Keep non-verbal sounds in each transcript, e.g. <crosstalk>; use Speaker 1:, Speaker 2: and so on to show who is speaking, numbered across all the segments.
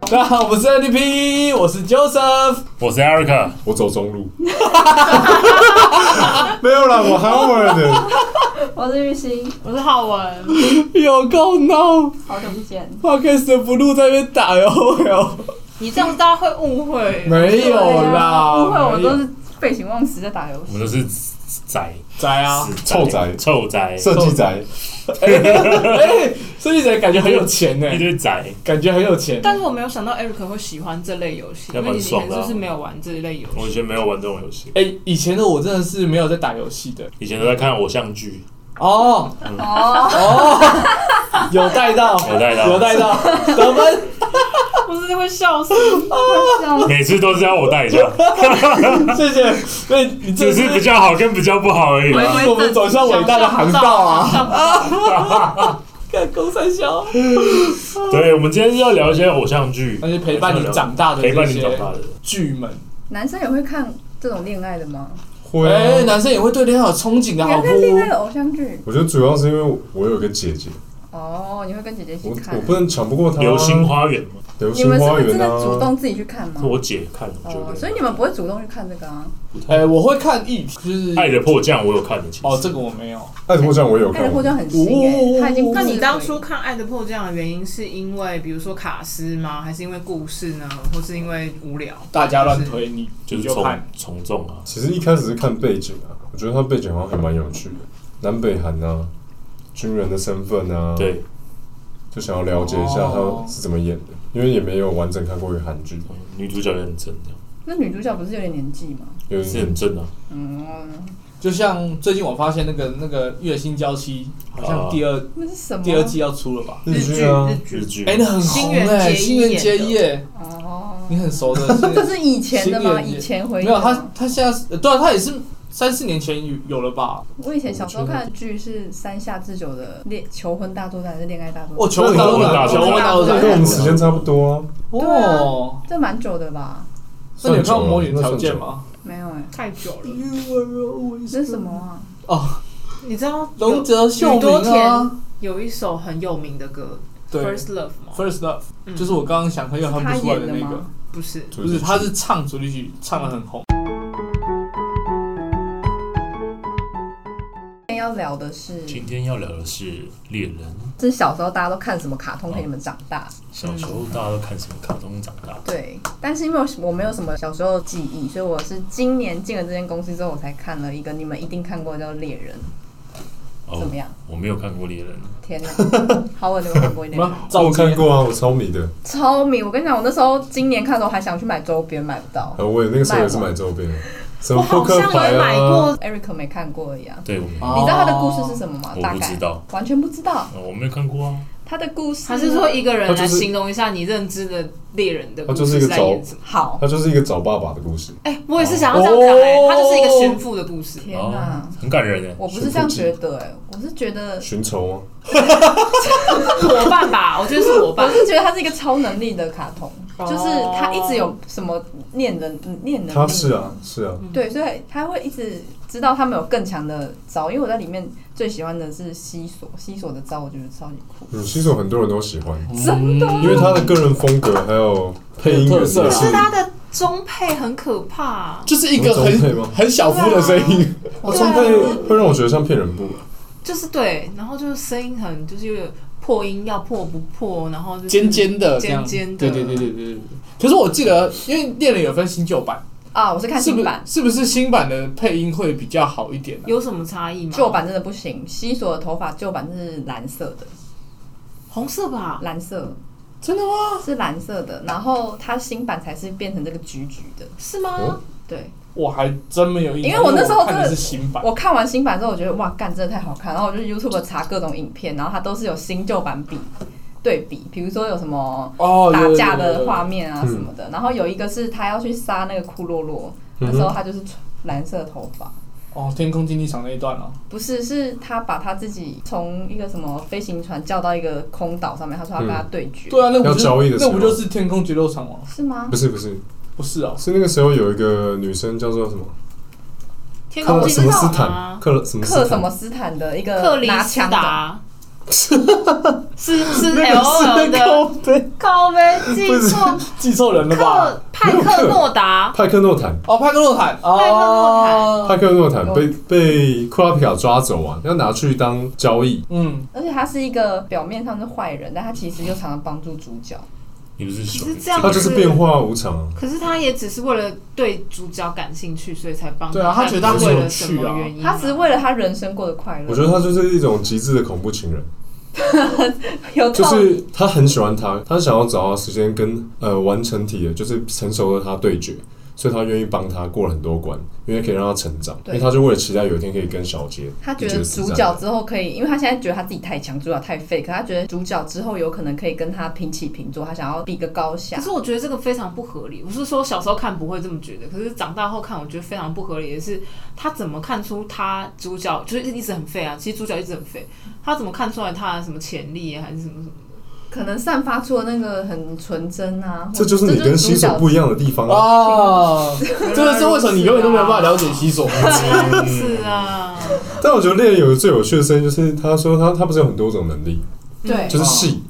Speaker 1: 大家好，我是 NDP，我是 Joseph。
Speaker 2: 我是 Eric，
Speaker 3: 我走中路，没有啦，我 Howard，
Speaker 4: 我是玉鑫，
Speaker 5: 我是浩文，
Speaker 1: 有够闹
Speaker 4: 好久不见。
Speaker 1: ，Podcast 不录在那边打哟哟。
Speaker 5: 你这样大家会误会。
Speaker 1: 没有啦，
Speaker 4: 误会我
Speaker 1: 没
Speaker 4: 都
Speaker 1: 有
Speaker 4: 是废寝忘食在打游
Speaker 2: 我
Speaker 4: 戏。
Speaker 2: 们都是宅
Speaker 1: 宅啊。
Speaker 2: 死
Speaker 3: 臭宅
Speaker 2: 臭宅，
Speaker 3: 设计宅，
Speaker 1: 哎，设计宅感觉很有钱呢，
Speaker 2: 一堆宅，
Speaker 1: 感觉很有钱。
Speaker 5: 但是我没有想到 Eric 会喜欢这类游戏，
Speaker 2: 那
Speaker 5: 因为
Speaker 2: 蛮
Speaker 5: 你以
Speaker 2: 爽
Speaker 5: 前
Speaker 2: 的啊
Speaker 5: 就是没有玩这一类游
Speaker 2: 我以
Speaker 5: 戏。
Speaker 2: 前没有玩这种游戏，
Speaker 1: 哎，以前的我真的是没有在打游戏的。
Speaker 2: 以前都在看偶像剧，
Speaker 1: 哦
Speaker 4: 哦，
Speaker 1: 哦，有带到，
Speaker 2: 有带到
Speaker 1: 有带到，得分。
Speaker 5: 我真的会笑死。
Speaker 2: 每次都是要我带
Speaker 1: <laughs>
Speaker 2: 一下，
Speaker 1: 谢谢。所以你这
Speaker 2: 只是比
Speaker 1: 是
Speaker 2: 较好跟比较不好而已
Speaker 4: 喂
Speaker 2: 啦。
Speaker 1: 我们走向伟大的航道啊！看公三小，
Speaker 2: 对，我们今天是要聊一些偶像剧，
Speaker 1: 那些陪伴你长大的
Speaker 2: 陪
Speaker 1: 这
Speaker 2: 伴你长
Speaker 1: 些
Speaker 2: 大的。
Speaker 1: 剧们。
Speaker 4: 男生也会看这种恋爱的吗？
Speaker 3: 会
Speaker 1: 哎、
Speaker 3: 啊。
Speaker 1: 男生也会对恋爱有憧憬的好
Speaker 4: 你还
Speaker 1: 不
Speaker 4: 看？恋爱的偶像剧？
Speaker 3: 我觉得主要是因为我有个姐姐，
Speaker 4: 哦，你会跟姐姐一
Speaker 3: 我
Speaker 4: 起看
Speaker 3: 我？不能抢不过
Speaker 1: 嗯
Speaker 3: 她。啊
Speaker 2: 流星，花园嘛，
Speaker 3: 流
Speaker 4: 你
Speaker 3: 星
Speaker 4: 们是
Speaker 3: 花
Speaker 4: 会真
Speaker 3: 园
Speaker 4: 的主
Speaker 3: 啊，
Speaker 4: 动自己去看吗
Speaker 2: 是？我姐看的，我觉
Speaker 4: 哦，
Speaker 2: 得。
Speaker 4: 所以你们不会主动去看这个啊？
Speaker 1: 哎、我会看议题，就是
Speaker 2: 《爱的迫降》我有看的，其实。
Speaker 1: 哦，这个我没有。
Speaker 3: 爱的迫降我有
Speaker 4: 爱的
Speaker 3: 看，
Speaker 4: 迫降很新
Speaker 1: 哦
Speaker 4: 诶，他已经
Speaker 5: <laughs> 那你当初看《爱的迫降》的原因是因为比如说卡斯吗？还是因为故事呢？或是因为无聊？
Speaker 1: 大家乱推你，
Speaker 2: 就
Speaker 1: 你
Speaker 2: 是
Speaker 1: 就
Speaker 2: 从
Speaker 1: 看。
Speaker 2: 从众啊，
Speaker 3: 其实一开始是看背景啊，我觉得她背景好像还蛮有趣的，南北韩啊，军人的身份啊，，
Speaker 2: 对，
Speaker 3: 就想要了解一下
Speaker 1: 哦
Speaker 3: 她是怎么演的，因为也没有完整看过一个韩剧，
Speaker 2: 女主角也很正，这样
Speaker 4: 那女主角不是有点年纪吗？
Speaker 3: 有
Speaker 2: 是很
Speaker 3: 点
Speaker 2: 正啊。
Speaker 4: 嗯，
Speaker 1: 就像最近我发现那个那个月薪娇妻，好像第二、
Speaker 4: 那是什么？
Speaker 1: 第二季要出了吧？
Speaker 3: 日
Speaker 5: 剧
Speaker 3: 剧啊，
Speaker 2: 日剧
Speaker 1: 哎、那很红哎、
Speaker 5: 新
Speaker 1: 新
Speaker 5: 垣
Speaker 1: 垣
Speaker 5: 结
Speaker 1: 结
Speaker 5: 衣
Speaker 1: 衣哎，
Speaker 4: 哦
Speaker 1: 你，很熟的。新垣
Speaker 4: 这是以前的吗？
Speaker 1: 新演
Speaker 4: 以
Speaker 1: 员
Speaker 4: 前回忆
Speaker 1: 没有
Speaker 4: 的吗
Speaker 1: 他，他现在是对啊，他也是三四年前有有了吧？
Speaker 4: 我以前小时候看的剧是山下智久的《恋求婚大作战》还是《恋爱大作战》？
Speaker 1: 哦，求婚大作战，求婚大作
Speaker 3: 跟我
Speaker 1: 战
Speaker 3: 们，时间差不多啊。
Speaker 1: 哦，
Speaker 4: 这蛮久的吧？
Speaker 1: 那你有看过《
Speaker 3: 算久了
Speaker 1: 魔女条件》？
Speaker 3: 那算久了
Speaker 1: 吗？
Speaker 4: 没有哎、
Speaker 5: 太久了，
Speaker 4: 这是什么啊？
Speaker 1: 哦，
Speaker 5: 你知道
Speaker 1: 龙泽秀
Speaker 5: 宇多
Speaker 1: 明啊
Speaker 5: 田，有一首很有名的歌《
Speaker 1: 对
Speaker 5: First Love》吗？
Speaker 1: ，First Love，
Speaker 5: 嗯
Speaker 1: 就是我刚刚想很有
Speaker 4: 是
Speaker 1: 哼
Speaker 4: 他
Speaker 1: 不出来
Speaker 4: 演的
Speaker 1: 那个
Speaker 4: 吗，
Speaker 5: 不是，啊
Speaker 3: 主
Speaker 1: 不
Speaker 3: 题
Speaker 1: 是，
Speaker 3: 曲
Speaker 1: 他是唱主题曲，唱的很红。
Speaker 4: 今天要聊的是，
Speaker 2: 今天要聊的是猎人。
Speaker 4: 这是小时候大家都看什么卡通陪你们长大？
Speaker 2: 小时候大家都看什么卡通长大？
Speaker 4: 对，但是因为我没有什么小时候的记忆，所以我是今年进了这间公司之后，我才看了一个你们一定看过的叫《猎人》，
Speaker 2: 哦
Speaker 4: 怎么样？
Speaker 2: 我没有看过猎人，
Speaker 4: 天哪，好，我有看过一点。
Speaker 1: 赵
Speaker 3: 我看
Speaker 1: 杰，
Speaker 3: 过啊，我超迷的。
Speaker 4: 超迷！我跟你讲，我那时候今年看的时候还想去买周边，买不到。
Speaker 3: 呃，我也那个时候也是买周边，什么
Speaker 5: 我
Speaker 3: 扑
Speaker 5: 好
Speaker 3: 克
Speaker 5: 像
Speaker 3: 牌
Speaker 5: 有买
Speaker 3: 啊，
Speaker 5: 过，
Speaker 4: Eric 没看过啊一样，
Speaker 2: 对，我没、
Speaker 1: 哦
Speaker 4: 你知道他的故事是什么吗？
Speaker 2: 哦我
Speaker 4: 大
Speaker 2: 不
Speaker 4: 概
Speaker 2: 知道，
Speaker 4: 完全不知道。
Speaker 2: 呃我没有看过啊。
Speaker 4: 他的故事呢
Speaker 5: 还是说一个人
Speaker 3: 他就
Speaker 5: 来
Speaker 3: 是
Speaker 5: 形容一下你认知的猎人的故
Speaker 3: 他
Speaker 5: 事
Speaker 3: 就是一个
Speaker 5: 在演
Speaker 3: 走
Speaker 5: 什么？
Speaker 4: 好？
Speaker 2: 呃
Speaker 3: 它就是一个找爸爸的故事。
Speaker 5: 哎、我也是想要这样讲哎、
Speaker 1: 哦
Speaker 5: 它就是一个炫富的故事。
Speaker 4: 天哪！
Speaker 2: 哦，很感人诶。
Speaker 4: 我不是这样觉得、哎，我是觉得，
Speaker 3: 寻仇啊，
Speaker 5: <laughs> 我爸爸，我觉得是我
Speaker 4: 我
Speaker 5: 爸。
Speaker 4: 是觉得他是一个超能力的卡通，
Speaker 5: 哦
Speaker 4: 就是他一直有什么念能念能力，
Speaker 3: 他是啊，是啊，
Speaker 4: 对，所以他会一直知道他们有更强的招。因为我在里面最喜欢的是西索，西索的招我觉得超级酷，
Speaker 3: 嗯，新手很多人都喜欢，
Speaker 4: 真的。
Speaker 3: 因为他的个人风格还有配音员也是
Speaker 1: 特
Speaker 5: 可是
Speaker 1: 色
Speaker 5: 他的中配很可怕、
Speaker 1: 就是一
Speaker 3: 个很中配吗
Speaker 1: 很小夫的声音，
Speaker 3: 哦，中配会让我觉得像骗人部，
Speaker 5: 就是对，然后就是声音很就是有点破音要破不破，然后
Speaker 4: 啊
Speaker 5: 就是
Speaker 1: 尖尖的，这
Speaker 5: 尖
Speaker 1: 样
Speaker 5: 尖的，
Speaker 1: 对对对对对对。可是我记得，因为猎人有分新旧版，
Speaker 4: 啊，我是看
Speaker 1: 是不是
Speaker 4: 新版，
Speaker 1: 是不是新版的配音会比较好一点呢？啊
Speaker 5: 有什么差异吗？
Speaker 4: 旧版真的不行。西索的头发旧版是蓝色的，
Speaker 5: 红色吧，
Speaker 4: 蓝色
Speaker 1: 真的吗？
Speaker 4: 是蓝色的，然后他新版才是变成这个橘橘的，
Speaker 5: 是吗？
Speaker 3: 哦
Speaker 4: 对。
Speaker 1: 我还真没有印象，
Speaker 4: 因为我那时候
Speaker 1: 看的是
Speaker 4: 真的
Speaker 1: 新版，
Speaker 4: 我看完新版之后，我觉得哇，干真的太好看。然后我就 YouTube 查各种影片，然后它都是有新旧版比对比，比如说有什么
Speaker 1: 哦，
Speaker 4: 打
Speaker 1: 有
Speaker 4: 架
Speaker 1: 有有有嗯
Speaker 4: 的
Speaker 1: 有
Speaker 4: 画面啊什么的。然后有一个是他要去杀那个库洛洛，
Speaker 1: 嗯
Speaker 4: 那时候他就是穿蓝色头发，
Speaker 1: 哦，天空竞技场那一段哦，
Speaker 4: 不是，是他把他自己从一个什么飞行船叫到一个空岛上面，他说要跟他对决，
Speaker 1: 对啊，那不
Speaker 3: 要
Speaker 1: 就是
Speaker 3: 交易的时
Speaker 1: 那不
Speaker 3: 候
Speaker 1: 就是天空决斗场吗？
Speaker 4: 是吗
Speaker 3: 不？是不是，
Speaker 1: 不是哦， <laughs>
Speaker 3: 是那个时候有一个女生叫做什么
Speaker 5: 天
Speaker 3: 克
Speaker 5: 空
Speaker 3: 什
Speaker 5: 之
Speaker 3: 么
Speaker 5: 城
Speaker 3: 斯坦，
Speaker 5: 啊，
Speaker 3: 克什么斯
Speaker 4: 克什
Speaker 3: 坦，
Speaker 4: 么斯坦的一个
Speaker 5: 克里
Speaker 4: 拿
Speaker 5: 斯
Speaker 4: 枪的，
Speaker 5: 达，
Speaker 1: <laughs>
Speaker 5: 是是
Speaker 1: 那
Speaker 5: L O
Speaker 1: 个是
Speaker 5: L
Speaker 1: 高
Speaker 5: 的
Speaker 1: 飞，
Speaker 5: 高呗，记
Speaker 1: 不是
Speaker 5: 错
Speaker 1: 记错人了吧
Speaker 5: 克？派克诺达，
Speaker 3: 派克诺坦，
Speaker 1: 哦，派克诺坦
Speaker 5: 派克诺坦
Speaker 1: 哦，
Speaker 3: 派克诺坦
Speaker 4: 哦
Speaker 3: 被被库拉皮卡抓走啊，要拿去当交易。
Speaker 1: 嗯，
Speaker 4: 而且他是一个表面上是坏人，但他其实就常常帮助主角。
Speaker 2: 你不是说
Speaker 5: 可是这样
Speaker 3: 他就是变化无常啊，
Speaker 5: 可是他也只是为了对主角感兴趣，所以才帮。
Speaker 1: 对啊他觉得他
Speaker 5: 不是
Speaker 1: 很有
Speaker 5: 为了什
Speaker 1: 趣啊
Speaker 5: 么原因嘛
Speaker 4: 他只是为了他人生过得快乐。
Speaker 3: 我觉得他就是一种极致的恐怖情人，
Speaker 4: 有
Speaker 3: 就
Speaker 4: 道理
Speaker 3: 是他很喜欢他，他想要找到时间跟呃完成体的，就是成熟的他对决，所以他愿意帮他过了很多关，因为可以让他成长，因
Speaker 4: 对
Speaker 3: 为他就为了期待有一天可以跟小杰
Speaker 4: 他觉
Speaker 3: 一
Speaker 4: 得
Speaker 3: 决死
Speaker 4: 主
Speaker 3: 战
Speaker 4: 角之后可以，因为他现在觉得他自己太强，主角太废，可他觉得主角之后有可能可以跟他平起平坐，他想要比个高下
Speaker 5: 可。是我觉得这个非常不合理。我是说小时候看不会这么觉得，可是长大后看，我觉得非常不合理的是，他怎么看出他主角就是一直很废啊？其实主角一直很废，他怎么看出来他的什么潜力、啊、还是什么什么？
Speaker 4: 可能散发出的那个很纯真啊，
Speaker 3: 这就是你跟西索不一样的地方
Speaker 4: 哦
Speaker 3: 啊！
Speaker 1: 啊，这个是为什么你永远都没有办法了解西索？
Speaker 5: <laughs> 是啊，
Speaker 3: 但我觉得猎人有个最有趣的声音，就是他说他他不是有很多种能
Speaker 4: 哦
Speaker 3: 力，
Speaker 4: 对
Speaker 3: 就是系，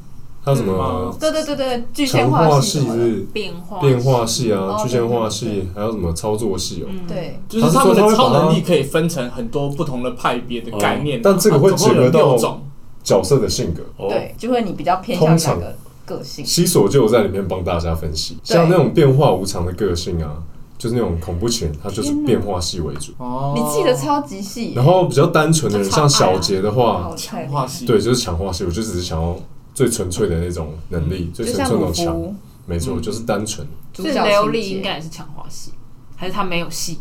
Speaker 3: 他什么
Speaker 1: 嗯
Speaker 4: 对对对对，具
Speaker 3: 强
Speaker 4: 象
Speaker 3: 化
Speaker 4: 化
Speaker 3: 系
Speaker 4: 系
Speaker 3: 是不是
Speaker 5: 变化
Speaker 3: 变化系
Speaker 4: 哦
Speaker 3: 啊、
Speaker 4: 对
Speaker 3: 具象化系，还有什么操作系哦。
Speaker 5: 嗯，
Speaker 4: 对，
Speaker 1: 就是他们的超能力可以分成很多不同的派别的概念啊，
Speaker 3: 哦但这个会
Speaker 1: 总共有
Speaker 3: 结合到
Speaker 1: 六种。
Speaker 3: 角色的性格，
Speaker 2: 哦，
Speaker 4: 对，就会你比较偏向哪个个性？
Speaker 3: 西索就有在里面帮大家分析，
Speaker 4: 对
Speaker 3: 像那种变化无常的个性啊，就是那种恐怖情人，他就是
Speaker 4: 天哪
Speaker 3: 变化系为主。
Speaker 1: 哦
Speaker 4: 你记得超级细，
Speaker 3: 然后比较单纯的人，
Speaker 5: 他超爱啊
Speaker 3: 像小杰的话，
Speaker 4: 好
Speaker 1: 强
Speaker 4: 菜，
Speaker 1: 化系，
Speaker 3: 对，就是强化系，我就只是想要最纯粹的那种能力，
Speaker 4: 就
Speaker 3: 最
Speaker 4: 像
Speaker 3: 纯粹那
Speaker 4: 鲁
Speaker 3: 种强，
Speaker 4: 夫
Speaker 3: 没错，
Speaker 1: 嗯
Speaker 3: 就是单纯。
Speaker 4: 主
Speaker 5: 所以
Speaker 4: 角
Speaker 5: 琉
Speaker 4: 情
Speaker 5: 璃应
Speaker 4: 节，
Speaker 5: 该也是强化系，还是他没有系？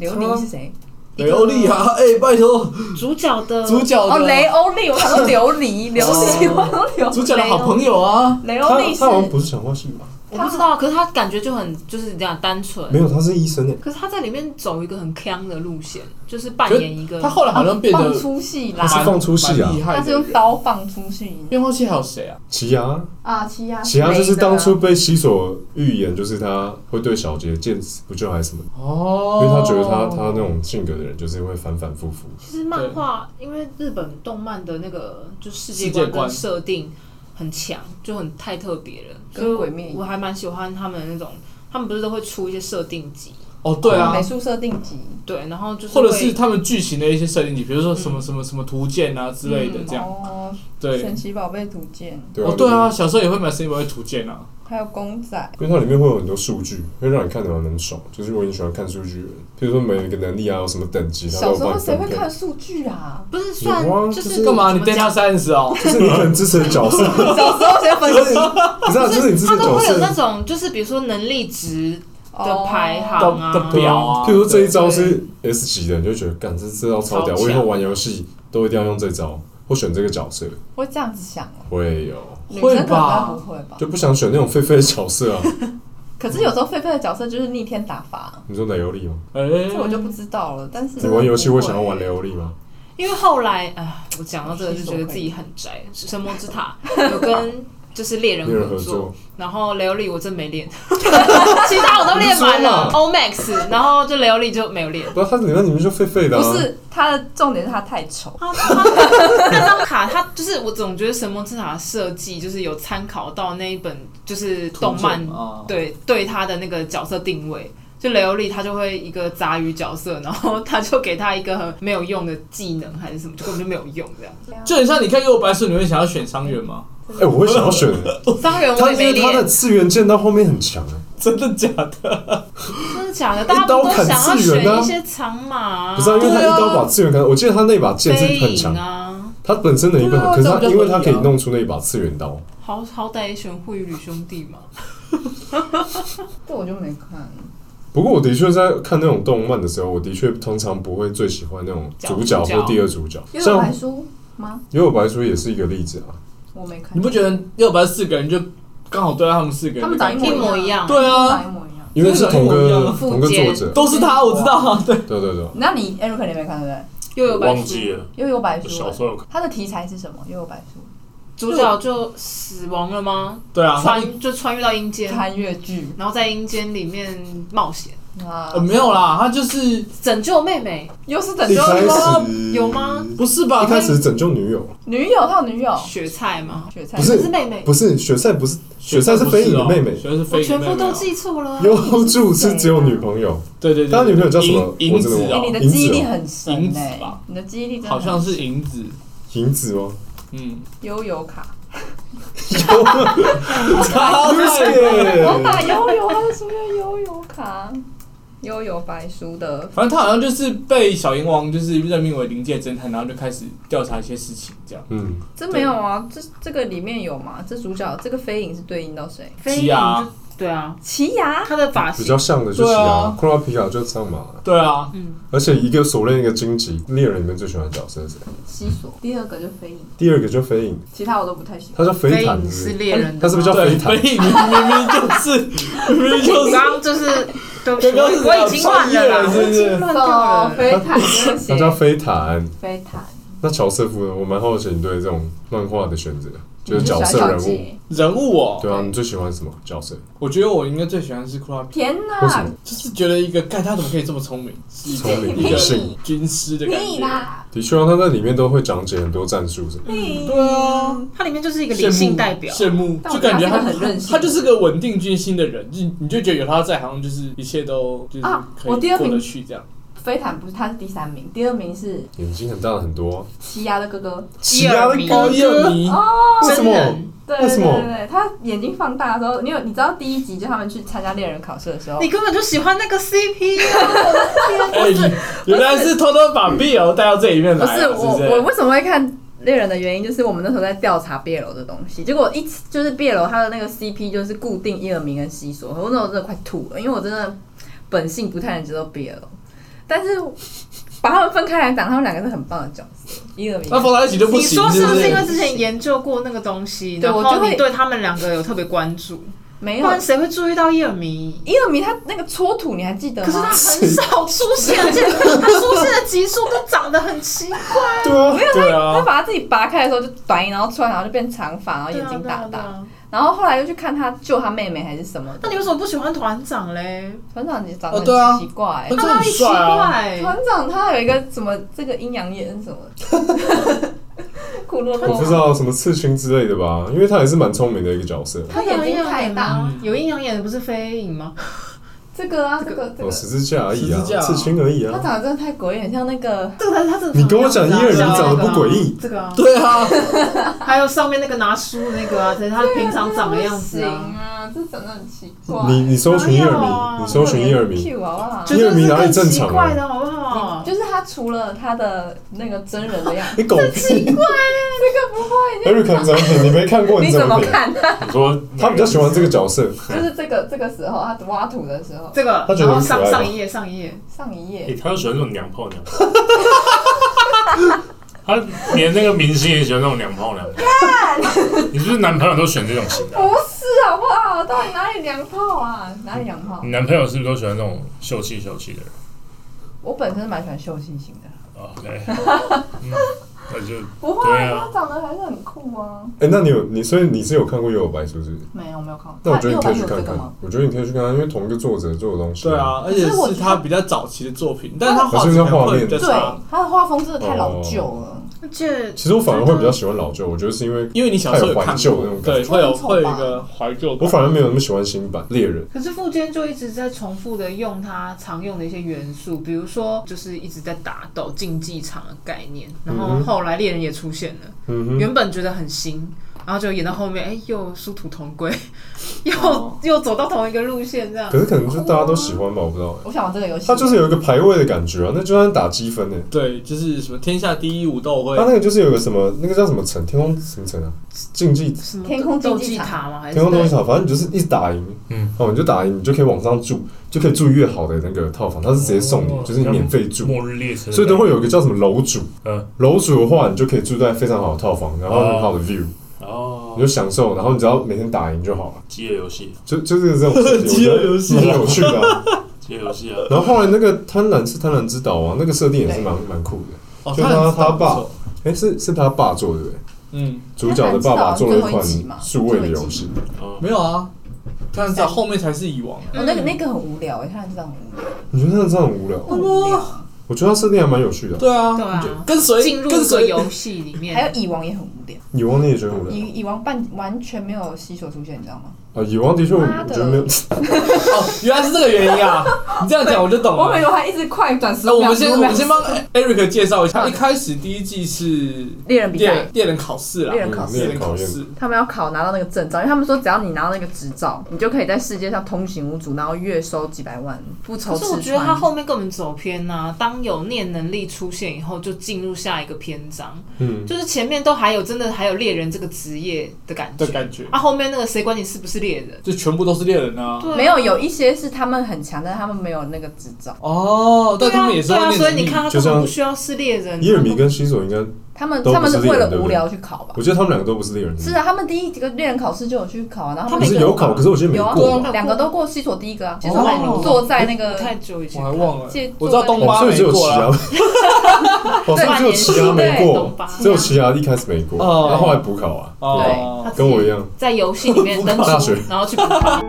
Speaker 4: 琉璃是谁？
Speaker 1: 雷欧利啊，哎，拜托，
Speaker 5: 主角的
Speaker 1: 主角
Speaker 4: 哦，
Speaker 1: 的
Speaker 4: 雷欧利，我想说琉璃，琉璃，我想说琉璃
Speaker 1: 主角的好朋友啊，
Speaker 4: 雷
Speaker 3: 他
Speaker 4: 欧利是
Speaker 3: 他好像不是强化系吧？
Speaker 5: 我不知道，可是他感觉就很就是这样单纯
Speaker 3: 没。有，他是医生欸诶。
Speaker 5: 可是他在里面走一个很腔的路线，就是扮
Speaker 1: 可
Speaker 5: 演一个
Speaker 1: 他后来好像变
Speaker 4: 放
Speaker 1: 得
Speaker 4: 出戏啦
Speaker 1: 蛮，
Speaker 3: 是放出戏啊
Speaker 1: 蛮厉害
Speaker 4: 他
Speaker 1: 的
Speaker 4: 是用刀放出去
Speaker 1: 变化器还有谁啊？
Speaker 3: 奇亚，
Speaker 4: 啊，欺压
Speaker 3: 奇亚就是当初被西索预言，就是他会对小杰见死不救还是什么，
Speaker 1: 哦
Speaker 3: 因，为他觉得他他那种性格的人就是会反反复复。
Speaker 5: 其实漫画，因为日本动漫的那个就世界
Speaker 1: 世界
Speaker 5: 观
Speaker 1: 观
Speaker 5: 跟设定很强，就很太特别了，
Speaker 4: 跟
Speaker 5: 所以
Speaker 4: 鬼灭一样
Speaker 5: 我还蛮喜欢他们的那种，他们不是都会出一些设定集，
Speaker 1: 哦，对啊
Speaker 4: 美，术设定集，
Speaker 5: 对，然后就是
Speaker 1: 或
Speaker 5: 会
Speaker 1: 者是他们剧情的一些设定，比如说什么什么什么图鉴啊之类的，这样
Speaker 4: 哦，
Speaker 1: 对
Speaker 4: 神。奇宝贝图鉴，
Speaker 3: 啊
Speaker 1: 哦，对啊，，小时候也会买《神奇宝贝图鉴》啊，
Speaker 4: 还有公仔，
Speaker 3: 因为它里面会有很多数据，会让你看得蛮很爽。就是如果你喜欢看数据的人，比如说每一个能力啊有什么等级，它都
Speaker 4: 小
Speaker 3: 有
Speaker 4: 时
Speaker 3: 帮
Speaker 4: 候
Speaker 3: 你
Speaker 4: 谁
Speaker 3: 分
Speaker 4: 会
Speaker 3: 配。
Speaker 4: 看数据啊？
Speaker 5: 不是算
Speaker 3: 有啊
Speaker 5: 就
Speaker 3: 就是
Speaker 5: 是
Speaker 1: 干嘛？
Speaker 5: 怎
Speaker 1: 你
Speaker 5: 么
Speaker 1: 对他
Speaker 5: 讲
Speaker 1: 三十哦？
Speaker 3: 就是你很支持的角色，
Speaker 4: 小时候谁分析
Speaker 3: 你知道，就是你支持
Speaker 5: 他
Speaker 3: 的
Speaker 5: 都
Speaker 3: 角
Speaker 5: 会有
Speaker 3: 色
Speaker 5: 那种就是比如说能力值
Speaker 4: 哦
Speaker 5: 的排
Speaker 1: 的
Speaker 5: 行啊，
Speaker 1: <laughs> 的
Speaker 3: 对
Speaker 1: 表啊
Speaker 3: 譬如说这一招是 S 级的，你就觉得干这这招超屌，
Speaker 1: 超强
Speaker 3: 我以后玩游戏都一定要用这招，或选这个角色。
Speaker 4: 会这样子想哦？
Speaker 3: 会有
Speaker 4: 女
Speaker 1: 会
Speaker 4: 生可能
Speaker 1: 吧
Speaker 4: 不？会吧？
Speaker 3: 就不想选那种 <laughs> 狒狒的角色啊。
Speaker 4: 可是有时候狒狒的角色就是逆天打法，啊
Speaker 3: 你说雷欧利吗？
Speaker 1: 哎，
Speaker 4: 这我就不知道了。但是
Speaker 3: 你玩游戏会想要玩雷欧利吗？
Speaker 5: 因为后来，哎，我讲到这个就觉得自己很宅。神魔之塔有跟就是猎人
Speaker 3: 没有人
Speaker 5: 合
Speaker 3: 合
Speaker 5: 作，
Speaker 3: 作，
Speaker 5: 然后雷欧利我真没练， <laughs> 其他我都练完了
Speaker 3: 你
Speaker 5: ，Omax，然后就雷欧利就没有练。
Speaker 3: 不，啊他里面里面就狒狒的、啊，
Speaker 4: 不是他的重点是他太丑，
Speaker 5: 他他那张卡，他就是我总觉得神魔之塔的设计就是有参考到那一本就是动漫
Speaker 1: 图鉴
Speaker 3: 哦
Speaker 1: 啊
Speaker 5: 对对他的那个角色定位。就雷欧利他就会一个杂鱼角色，然后他就给他一个很没有用的技能还是什么，就根本就没有用这样。
Speaker 1: 就很像你看《幽游白书》，你会想要选伤员吗？ <laughs>
Speaker 3: 哎、我会想要选
Speaker 5: 伤员我也
Speaker 3: 他，因
Speaker 5: 没
Speaker 3: 为
Speaker 5: 练
Speaker 3: 他。的次元剑到后面很强、欸，
Speaker 1: 真的假的？
Speaker 5: 真的假的？大家不都想要选一些长马、啊？
Speaker 3: 不是、啊、因为他一
Speaker 1: 对啊
Speaker 3: 刀把次元砍，我记得他那把剑是
Speaker 5: 飞
Speaker 3: 很
Speaker 5: 影
Speaker 3: 强，
Speaker 5: 啊，
Speaker 3: 他本身能力不
Speaker 1: 对啊
Speaker 3: 强，可是他
Speaker 1: 这样比较
Speaker 3: 因为他
Speaker 1: 合
Speaker 3: 可
Speaker 1: 理啊
Speaker 3: 以弄出那一把次元刀，
Speaker 5: 好好歹也选惠女兄弟嘛。
Speaker 4: 这我就没看。
Speaker 3: 不过我的确在看那种动漫的时候，我的确通常不会最喜欢那种
Speaker 5: 角
Speaker 3: 主角
Speaker 5: 主角
Speaker 3: 或第二主角，
Speaker 4: 因为我
Speaker 3: 像
Speaker 4: 还
Speaker 3: 《
Speaker 4: 书吗？
Speaker 3: 幽游白书》也是一个例子啊。
Speaker 4: 我没看
Speaker 1: 你，不觉得《幽游白书》四个人就刚好对到他们四个人
Speaker 4: 他
Speaker 1: 的
Speaker 4: 们
Speaker 1: 感
Speaker 4: 长
Speaker 1: 觉？
Speaker 4: 一
Speaker 5: 一模一样。
Speaker 1: 对
Speaker 4: 长
Speaker 1: 啊
Speaker 4: 一，模一样。
Speaker 3: 因为是同
Speaker 1: 这个一模一
Speaker 3: 个
Speaker 1: 样
Speaker 3: 同个作
Speaker 5: 附
Speaker 3: 者
Speaker 5: 件，
Speaker 1: 都是他，我知道 <laughs> 啊，对，
Speaker 3: 对对对，
Speaker 4: 那你 Eric 你没看对不对？
Speaker 5: 又有白
Speaker 2: 忘
Speaker 5: 书
Speaker 2: 记，了，
Speaker 4: 悠悠白
Speaker 2: 我
Speaker 4: 书，啊
Speaker 2: 小时候有看，
Speaker 4: 它的题材是什么？悠悠白书，
Speaker 5: 主角就死亡了吗？
Speaker 1: 对啊，他
Speaker 5: 穿就穿越到阴间，
Speaker 4: 穿越剧
Speaker 5: 然后在阴间里面冒险，
Speaker 4: 啊
Speaker 3: 呃
Speaker 1: 呃，没有啦，他就是
Speaker 5: 拯救妹妹。
Speaker 4: 又是拯
Speaker 3: 一
Speaker 4: 救
Speaker 3: 开
Speaker 4: 吗？哎
Speaker 3: 始
Speaker 5: 有吗？
Speaker 3: 是
Speaker 1: 不是吧？
Speaker 3: 一开
Speaker 1: 他
Speaker 3: 始拯救女友，
Speaker 4: 女友，他有女友，
Speaker 5: 雪菜吗？
Speaker 4: 雪菜
Speaker 3: 不是
Speaker 5: 是妹妹，
Speaker 3: 不是雪菜，不是雪菜是飞影的妹妹，
Speaker 1: 雪菜是
Speaker 5: 我
Speaker 1: 飞影的
Speaker 5: 全
Speaker 1: 妹妹啊
Speaker 5: 部都记错了啊。
Speaker 3: 优助是只有女朋友，
Speaker 1: 对对对，
Speaker 3: 他女朋友叫什么
Speaker 1: 银
Speaker 3: 我
Speaker 1: 银
Speaker 3: 真的
Speaker 1: 子
Speaker 4: 哎、
Speaker 3: 忘了
Speaker 1: 哦
Speaker 4: 你的
Speaker 3: 银子
Speaker 4: 记忆力
Speaker 3: 哦
Speaker 4: 很
Speaker 1: 银
Speaker 4: 神
Speaker 1: 子
Speaker 4: 哎、
Speaker 1: 吧
Speaker 4: 你的记忆力真的
Speaker 1: 好像
Speaker 4: 很
Speaker 1: 是银子，
Speaker 3: 银子哦吗？
Speaker 1: 嗯，
Speaker 4: 悠游卡，
Speaker 1: 超
Speaker 4: 我打悠游，他就出现悠游卡，悠游白书的
Speaker 1: 反正他好像就是被小阎王就是任命为灵界侦探，然后就开始调查一些事情，这样。
Speaker 3: 嗯，
Speaker 4: 这没有啊，这这个里面有吗？这主角这个飞影是对应到谁？
Speaker 5: 飞
Speaker 1: 鸡啊
Speaker 5: 影就，对啊，
Speaker 4: 奇牙，
Speaker 5: 她的发
Speaker 3: 比
Speaker 5: 型
Speaker 3: 较像的就是
Speaker 1: 对
Speaker 3: 啊
Speaker 1: 啊，
Speaker 3: 库拉皮卡就上马了。
Speaker 1: 对啊，
Speaker 3: 而且一个熟练一个荆棘，猎人里面最喜欢的角色是谁？
Speaker 4: 西索，第二个就飞影，
Speaker 3: 第二个就飞影，
Speaker 4: 其他我都不太喜欢。
Speaker 3: 他叫
Speaker 5: 飞
Speaker 3: 飞坦
Speaker 5: 影
Speaker 3: 是
Speaker 5: 是
Speaker 3: 不是
Speaker 5: 猎人的吗，
Speaker 3: 他是不是叫
Speaker 1: 对，
Speaker 3: 飞毯
Speaker 1: 飞影明明就是
Speaker 3: <laughs>
Speaker 1: 明明就
Speaker 5: 我
Speaker 1: 是
Speaker 5: 刚刚就是，对不起，
Speaker 1: 刚刚是
Speaker 5: 我我已经
Speaker 1: 穿
Speaker 5: 乱了啦，
Speaker 1: 越了是
Speaker 5: 我
Speaker 1: 不
Speaker 5: 已
Speaker 1: 是
Speaker 5: 经乱掉了。
Speaker 4: 飞毯，对不
Speaker 3: 他叫
Speaker 4: 起，
Speaker 3: 飞坦。
Speaker 4: 飞毯，
Speaker 3: 那乔瑟夫呢？我蛮好奇你对这种漫画的选择，就
Speaker 4: 我
Speaker 3: 是
Speaker 4: 就喜
Speaker 3: 角
Speaker 4: 欢
Speaker 3: 色
Speaker 4: 小
Speaker 3: 人物。
Speaker 4: 姐。
Speaker 1: 人物哦。
Speaker 3: 对啊，你最喜欢什么角色？
Speaker 1: 我觉得我应该最喜欢是库拉，
Speaker 4: 天
Speaker 3: 为什
Speaker 4: 哪
Speaker 3: 么，
Speaker 1: 就是觉得一个，盖他怎么可以这么聪明？是
Speaker 4: <laughs>
Speaker 1: 一个
Speaker 3: 聪明
Speaker 1: 一
Speaker 3: 理性
Speaker 1: 个军师的感
Speaker 4: 你
Speaker 1: 觉。
Speaker 4: 啦，
Speaker 3: 的确啊，他在里面都会讲解很多战术什么。
Speaker 4: 你
Speaker 1: 对啊，
Speaker 5: 它里面就是一个
Speaker 1: 羡
Speaker 5: 理
Speaker 1: 慕
Speaker 5: 性代表，
Speaker 1: 羡慕，
Speaker 4: 但
Speaker 1: 就
Speaker 4: 我觉得
Speaker 1: 感觉
Speaker 4: 他
Speaker 1: 他
Speaker 4: 真的很任性
Speaker 1: 他就是个稳定军心的人，你你就觉得有他在，好像就是一切都就是
Speaker 4: 啊
Speaker 1: 可
Speaker 4: 我第
Speaker 1: 以
Speaker 4: 二
Speaker 1: 过
Speaker 4: 名
Speaker 1: 得去这样。
Speaker 4: 飞毯不是，他是第三名，第二名是
Speaker 3: 眼睛很大很多，
Speaker 4: 奇牙的哥哥。
Speaker 3: 奇亚
Speaker 5: 高
Speaker 3: 的
Speaker 1: 高
Speaker 5: 一
Speaker 1: 叶迷，
Speaker 4: 啊
Speaker 3: 为什
Speaker 5: 真
Speaker 3: 么？
Speaker 5: 人。
Speaker 4: 对
Speaker 3: 为
Speaker 4: 对
Speaker 3: 什
Speaker 4: 对
Speaker 3: 么
Speaker 4: 对，对他眼睛放大的时候，你有你知道第一集就他们去参加猎人考试的时候
Speaker 5: 你，根本就喜欢那个 CP 啊！
Speaker 1: 哎，原来是偷偷把 BL 带到这里面
Speaker 4: 不
Speaker 1: 来
Speaker 4: 是
Speaker 1: 啊，
Speaker 4: 我
Speaker 1: 不
Speaker 4: 我
Speaker 1: 是？
Speaker 4: 为什么会看猎人的原因，就是我们那时候在调查 BL 的东西，结果一直就是 BL 它的那个 CP 就是固定伊尔明跟西索，我那时候真的快吐了，因为我真的本性不太能接受 BL，但是把他们分开来讲，他们两个是很棒的角色，伊尔明
Speaker 1: 那。放到一起就啊不
Speaker 5: 你
Speaker 1: 行，
Speaker 5: 说是
Speaker 1: 是
Speaker 5: 不
Speaker 1: 不
Speaker 5: 是因为
Speaker 1: 是？
Speaker 5: 之前研究过那个东西，
Speaker 4: 对
Speaker 5: 然
Speaker 4: 我就
Speaker 5: 后
Speaker 4: 会
Speaker 5: 你对他们两个有特别关注？
Speaker 4: 没
Speaker 5: 不
Speaker 4: 有啊
Speaker 5: 然谁会注意到叶迷？
Speaker 4: 伊尔明他那个搓土，你还记得吗？
Speaker 5: 可是他很少出现，而且他出现的集数都长得很奇怪。
Speaker 3: 对啊，
Speaker 1: 对
Speaker 4: 他
Speaker 5: 哦
Speaker 1: 啊，
Speaker 4: 把他自己拔开的时候就短，然后出来，然后就变长发，然后眼睛
Speaker 5: 对
Speaker 4: 大
Speaker 5: 啊对啊对
Speaker 4: 大。
Speaker 5: 啊
Speaker 4: 然后后来又去看他救他妹妹还是什么的。
Speaker 5: 那你为什么不喜欢团长嘞？
Speaker 4: 团长你长得
Speaker 1: 哦对啊
Speaker 4: 很奇怪、
Speaker 1: 团
Speaker 5: 他
Speaker 1: 长
Speaker 5: 哪
Speaker 1: 很
Speaker 5: 里奇
Speaker 1: 帅啊
Speaker 5: 怪？
Speaker 4: 团长他有一个什么这个阴阳眼什么 <laughs> 的，库洛
Speaker 3: 我不知
Speaker 4: 洛。
Speaker 3: 道什么刺青之类的吧，因为他也是蛮聪明的一个角色。
Speaker 4: 他眼睛太大，
Speaker 1: 嗯
Speaker 5: 有阴阳眼的不是飞影吗？
Speaker 4: 这个啊，这个这
Speaker 3: 哦，
Speaker 4: 个，
Speaker 3: 十字架而已啊
Speaker 1: 十字架，啊
Speaker 3: 刺青而已
Speaker 4: 他
Speaker 3: 啊。
Speaker 4: 长得真的太诡异，很像那个
Speaker 5: <laughs> 这个才是他真的
Speaker 3: 你跟我讲
Speaker 5: 长
Speaker 3: 伊
Speaker 5: 这
Speaker 3: 尔
Speaker 5: 样
Speaker 3: 明
Speaker 5: 子啊
Speaker 3: 长得不诡异，
Speaker 5: 这个啊，
Speaker 1: 对啊，
Speaker 5: 还有上面那个拿书的那个啊，才是他平常长的样子
Speaker 4: 不行
Speaker 5: 啊。
Speaker 4: 啊，这长得很奇怪。
Speaker 3: 你你搜寻伊
Speaker 5: 哪
Speaker 3: 尔
Speaker 5: 有啊
Speaker 3: 明，你搜寻伊尔明，
Speaker 4: Q 好不好？
Speaker 3: 伊尔明哪里正
Speaker 5: 这个是更
Speaker 3: 常啊
Speaker 5: 奇怪的好不好？
Speaker 4: 就是他除了他的那个真人的样
Speaker 5: <laughs>
Speaker 4: 子，
Speaker 3: 你狗屁！
Speaker 5: 啊
Speaker 4: 这个不会，
Speaker 3: 艾瑞克怎么哎评？你没
Speaker 4: <laughs>
Speaker 3: 看过，
Speaker 4: 你
Speaker 3: 怎
Speaker 4: 怎么
Speaker 3: 么评？
Speaker 4: 看？
Speaker 2: 你说
Speaker 3: 他比较喜欢这个角色，
Speaker 4: 就是这个这个时候，他挖土的时候，
Speaker 5: 这个
Speaker 3: 他，觉
Speaker 5: 然
Speaker 3: 得
Speaker 5: 后
Speaker 3: 很可爱
Speaker 5: 上
Speaker 3: 吧
Speaker 5: 上一页，上一页，
Speaker 4: 上一
Speaker 2: 欸，
Speaker 4: 页
Speaker 2: 他就喜欢那种娘炮娘炮。他连那个明星也喜欢那种娘炮娘炮。 <laughs> 你是不是男朋友都选这种型的？
Speaker 4: 不是好不好？到底哪里娘炮啊？哪里娘炮？
Speaker 2: 你男朋友是不是都喜欢那种秀气秀气的人哦
Speaker 4: 我本身是蛮喜欢秀气型的， <laughs>
Speaker 2: ？OK，嗯那就
Speaker 4: 不
Speaker 2: 会啊对啊
Speaker 4: 他长得还是很酷啊。
Speaker 3: 哎、那你有你，所以你是有看过《幽游白书》是不是？
Speaker 4: 没有，我没有看过。
Speaker 3: 那我觉得你
Speaker 4: 他
Speaker 3: 可以
Speaker 4: 因
Speaker 3: 去
Speaker 4: 为我有这
Speaker 3: 看
Speaker 4: 个
Speaker 3: 看
Speaker 4: 吗？。
Speaker 3: 我觉得你可以去看看，啊因为同一个作者做的东西。
Speaker 1: 对，啊，而且是他比较早期的作品，但是他画质可能会比较差
Speaker 3: 啊
Speaker 4: 对，，他的画风真的太老旧了。
Speaker 5: 而且
Speaker 3: 其实我反而会比较喜欢老旧，我觉得是因为
Speaker 1: 因为你小时候有看
Speaker 3: 太有怀旧的那
Speaker 1: 过
Speaker 3: 种，感
Speaker 1: 对，
Speaker 3: 觉
Speaker 1: 会有
Speaker 4: 就很丑
Speaker 1: 会有
Speaker 4: 吧
Speaker 1: 一个怀旧
Speaker 3: 我
Speaker 1: 感。
Speaker 3: 反而没有那么喜欢新版猎人。
Speaker 5: 可是富坚就一直在重复的用他常用的一些元素，比如说就是一直在打斗竞技场的概念，然后后来猎人也出现了，
Speaker 3: 嗯哼，
Speaker 5: 原本觉得很新，然后就演到后面，哎、又殊途同归， <laughs> 又、
Speaker 1: 哦
Speaker 5: 又走到同一个路线这样
Speaker 3: 可。是可能就大家都喜欢吧，我不知道。
Speaker 4: 我想玩这个游戏。
Speaker 3: 哦他就是有一个排位的感觉啊，那就算打积分呢、
Speaker 1: 对，就是什么天下第一武斗会
Speaker 3: 他，那个就是有个什么，那个叫什么城，天空什么城啊？竞技
Speaker 5: 什么
Speaker 4: 天空
Speaker 5: 斗
Speaker 4: 竞
Speaker 5: 技
Speaker 4: 技场
Speaker 5: 塔吗？还是
Speaker 3: 天空东西塔，反正你就是一直打赢，
Speaker 2: 嗯，
Speaker 3: 哦，你就打赢，你就可以往上住，就可以住越好的那个套房，他是直接送你，就是你免费住。
Speaker 2: 末日列车，
Speaker 3: 所以都会有一个叫什么楼主，
Speaker 2: 嗯
Speaker 3: 楼主的话，你就可以住在非常好的套房，然后很好的 view，、你
Speaker 2: 哦，
Speaker 3: 就享受，然后你只要每天打赢就好了，
Speaker 2: 饥饿游戏，
Speaker 3: 就就是这种设
Speaker 1: 饥
Speaker 3: 计，
Speaker 1: 饿
Speaker 3: 我觉得
Speaker 1: 游戏
Speaker 3: 蛮有趣的啊、
Speaker 2: 饥饿游戏啊，
Speaker 3: 然后后来那个贪婪是贪婪之岛啊，那个设定也是蛮蛮酷的。
Speaker 1: 哦很
Speaker 3: 就他
Speaker 1: 知道
Speaker 3: 他爸
Speaker 1: 不错
Speaker 3: 哎、是是他爸做的对不对？
Speaker 1: 嗯，
Speaker 3: 主角的爸爸做了一款数位的游
Speaker 4: 最
Speaker 3: 戏，
Speaker 2: 哦
Speaker 1: 没有啊，他在后面才是蚁王啊。
Speaker 4: 欸哦，那个那个很无聊哎，看来是这样很无聊。
Speaker 3: 你觉得那这样很无聊？
Speaker 4: 很无聊。
Speaker 3: 我觉得它设定还蛮有趣的、
Speaker 1: 对啊，
Speaker 5: 对啊
Speaker 1: 就
Speaker 3: 嗯
Speaker 1: 跟随
Speaker 5: 进入
Speaker 1: 跟
Speaker 5: 一个
Speaker 1: 随
Speaker 5: 游戏里面，
Speaker 4: 还有蚁王也很无聊，
Speaker 3: 蚁王你也觉得无聊
Speaker 4: 蚁蚁王半完全没有吸索出现，你知道吗？
Speaker 3: 啊？蚁王的确我
Speaker 4: 妈的
Speaker 3: 我觉得没有，
Speaker 1: 哦，原来是这个原因啊！你这样讲我就懂
Speaker 4: <laughs> 我
Speaker 1: 了
Speaker 4: 以。为他一直快转
Speaker 1: <laughs>
Speaker 4: 十
Speaker 1: 那
Speaker 3: 哦
Speaker 4: 五
Speaker 1: 我
Speaker 4: 秒，
Speaker 1: 们先
Speaker 4: 15
Speaker 1: 我
Speaker 4: 秒
Speaker 1: 们先帮 Eric 介绍一下，一开始第一季是
Speaker 4: 猎人比
Speaker 1: 猎
Speaker 4: 赛
Speaker 1: 人，猎人考试啦
Speaker 4: 猎，人考
Speaker 3: 猎
Speaker 4: 试。
Speaker 1: 人考试，
Speaker 4: 他们要考拿到那个证照，因为他们说只要你拿到那个执照，你就可以在世界上通行无阻，然后月收几百万，不愁
Speaker 5: 可
Speaker 4: 吃
Speaker 5: 是
Speaker 4: 穿。
Speaker 5: 我觉得他后面根本走偏呐、当有念能力出现以后，就进入下一个篇章，
Speaker 3: 嗯，
Speaker 5: 就是前面都还有真的还有猎人这个职业的感觉
Speaker 1: 的，感觉
Speaker 5: 啊，后面那个谁管你是不是猎人？
Speaker 1: 就全部都是猎人啊。
Speaker 5: 对啊
Speaker 4: 没有有一些是他们很强，但他们没有那个执照，
Speaker 1: 哦，
Speaker 5: 对
Speaker 1: 但他
Speaker 5: 啊，
Speaker 1: 们也是
Speaker 5: 对
Speaker 1: 会
Speaker 5: 啊，
Speaker 1: 练
Speaker 5: 所以
Speaker 1: 能
Speaker 5: 你
Speaker 1: 力。
Speaker 5: 看他
Speaker 3: 就
Speaker 5: 根
Speaker 3: 像
Speaker 5: 本不需要是猎人，啊
Speaker 3: 伊尔米跟西索应该，
Speaker 4: 他们
Speaker 3: 都不
Speaker 4: 他们
Speaker 3: 是
Speaker 4: 是
Speaker 3: 猎
Speaker 4: 为
Speaker 3: 人
Speaker 4: 了无聊去考吧？
Speaker 3: 我觉得他们两个都不是猎人，
Speaker 4: 是啊，他们第一个猎人考试就有去考啊，然后他
Speaker 3: 不
Speaker 4: 们
Speaker 3: 是有考，可是我觉得没
Speaker 4: 有啊
Speaker 3: 过吧。，
Speaker 4: 两个都过西索第一个啊，西索还
Speaker 1: 哦
Speaker 4: 坐在那
Speaker 5: 不
Speaker 4: 个
Speaker 5: 太久以前
Speaker 1: 我
Speaker 5: 看
Speaker 1: 还忘了
Speaker 4: 借，
Speaker 1: 我知道东
Speaker 3: 哦，
Speaker 1: 巴
Speaker 3: 所以
Speaker 1: 没
Speaker 3: 只有奇
Speaker 1: 过啊
Speaker 3: 牙，
Speaker 1: 啦。
Speaker 3: 哦，所以只有奇牙没过，只有奇牙一开始没过，
Speaker 1: 哦
Speaker 3: 他后来补考啊，
Speaker 1: 哦，
Speaker 3: 跟我一样，
Speaker 5: 在游戏里面登
Speaker 3: 不考大
Speaker 5: 出
Speaker 3: 学，
Speaker 5: 然后 <laughs> 去补考。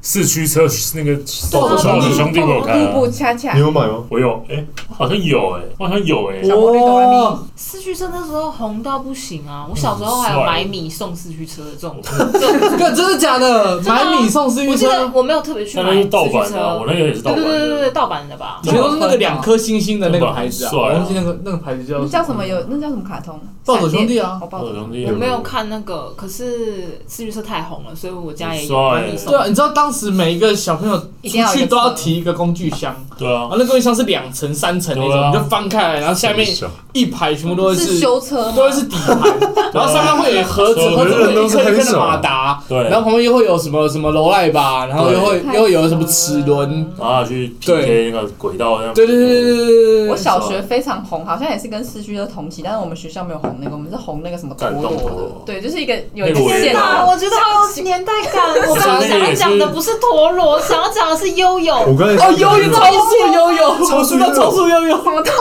Speaker 2: 四驱车那个
Speaker 3: 我
Speaker 2: 手
Speaker 3: 知道
Speaker 2: 手
Speaker 3: 我
Speaker 2: 的兄弟我有看啊，
Speaker 4: 步步恰恰
Speaker 3: 你，有买吗？
Speaker 2: 我有，哎，好像有，哎，我好像有，哎，
Speaker 4: 小魔女哆啦咪
Speaker 1: 哦
Speaker 5: 四驱车那时候红到不行啊！我小时候还有买米送四驱车的这种，这种
Speaker 1: 哥真的假的？
Speaker 5: 的啊
Speaker 1: 买米送私
Speaker 5: 我
Speaker 1: 运
Speaker 5: 记得
Speaker 1: 车，
Speaker 5: 我没有特别去
Speaker 2: 那
Speaker 5: 买
Speaker 2: 个
Speaker 5: 四
Speaker 2: 是盗
Speaker 5: 驱
Speaker 2: 版
Speaker 5: 车
Speaker 2: 的啊，我那个也是盗
Speaker 5: 对
Speaker 2: 版
Speaker 5: 对对对
Speaker 2: 的，
Speaker 5: 对，盗版的吧？
Speaker 1: 以前都是那个两颗星星的那个牌子啊，
Speaker 2: 真的很帅
Speaker 1: 我
Speaker 2: 啊
Speaker 1: 忘记那个那个牌子叫
Speaker 4: 那叫什么？有那叫什么卡通？
Speaker 1: 暴走兄弟啊
Speaker 4: 闪电哦，暴
Speaker 2: 我
Speaker 4: 走
Speaker 2: 的兄
Speaker 4: 兄弟。
Speaker 2: 弟
Speaker 5: 我没有看那个，可是四驱车太红了，所以我家也有
Speaker 2: 很帅
Speaker 5: 买米送
Speaker 1: 对。啊，你知道当时每一个小朋友
Speaker 4: 一定要有
Speaker 1: 出
Speaker 4: 一个
Speaker 1: 去
Speaker 4: 车
Speaker 1: 都要提一个工具箱，
Speaker 2: 对啊
Speaker 1: 啊，，那工具箱是两层、三层那
Speaker 2: 对
Speaker 1: 种，
Speaker 2: 啊
Speaker 1: 你就翻开来，然后下面一排全部都会
Speaker 4: 是修车吗
Speaker 1: 都？会是底盘，
Speaker 2: 啊
Speaker 1: 然后上面会有盒子，
Speaker 2: 对
Speaker 1: 盒子会有一颗一颗的马达，
Speaker 2: 对
Speaker 1: 然后旁边又会有什么什么楼赖吧，然后又会
Speaker 4: 对
Speaker 1: 又会有什么齿轮，
Speaker 2: 然后去 PK 那个轨道那样，
Speaker 1: 对对对对对对对对，
Speaker 4: 我小学非常红，好像也是跟四驱车同期，但是我们学校没有红那个，我们是红那个什么陀
Speaker 2: 感动陀
Speaker 4: 螺的
Speaker 2: 螺，
Speaker 4: 对，就是一个有一
Speaker 2: 那个
Speaker 4: 个
Speaker 2: 我也
Speaker 4: 线
Speaker 2: 有
Speaker 5: 啊，
Speaker 4: 的。
Speaker 5: 我觉得好有年代感。 <laughs> 我刚刚想要讲的不是啊陀螺，想要讲的是悠
Speaker 3: 我
Speaker 5: 悠
Speaker 3: 刚才
Speaker 1: 哦悠悠超速悠悠，
Speaker 3: 超速
Speaker 1: 我知
Speaker 3: 悠悠
Speaker 1: 道超速悠悠，
Speaker 4: 什么东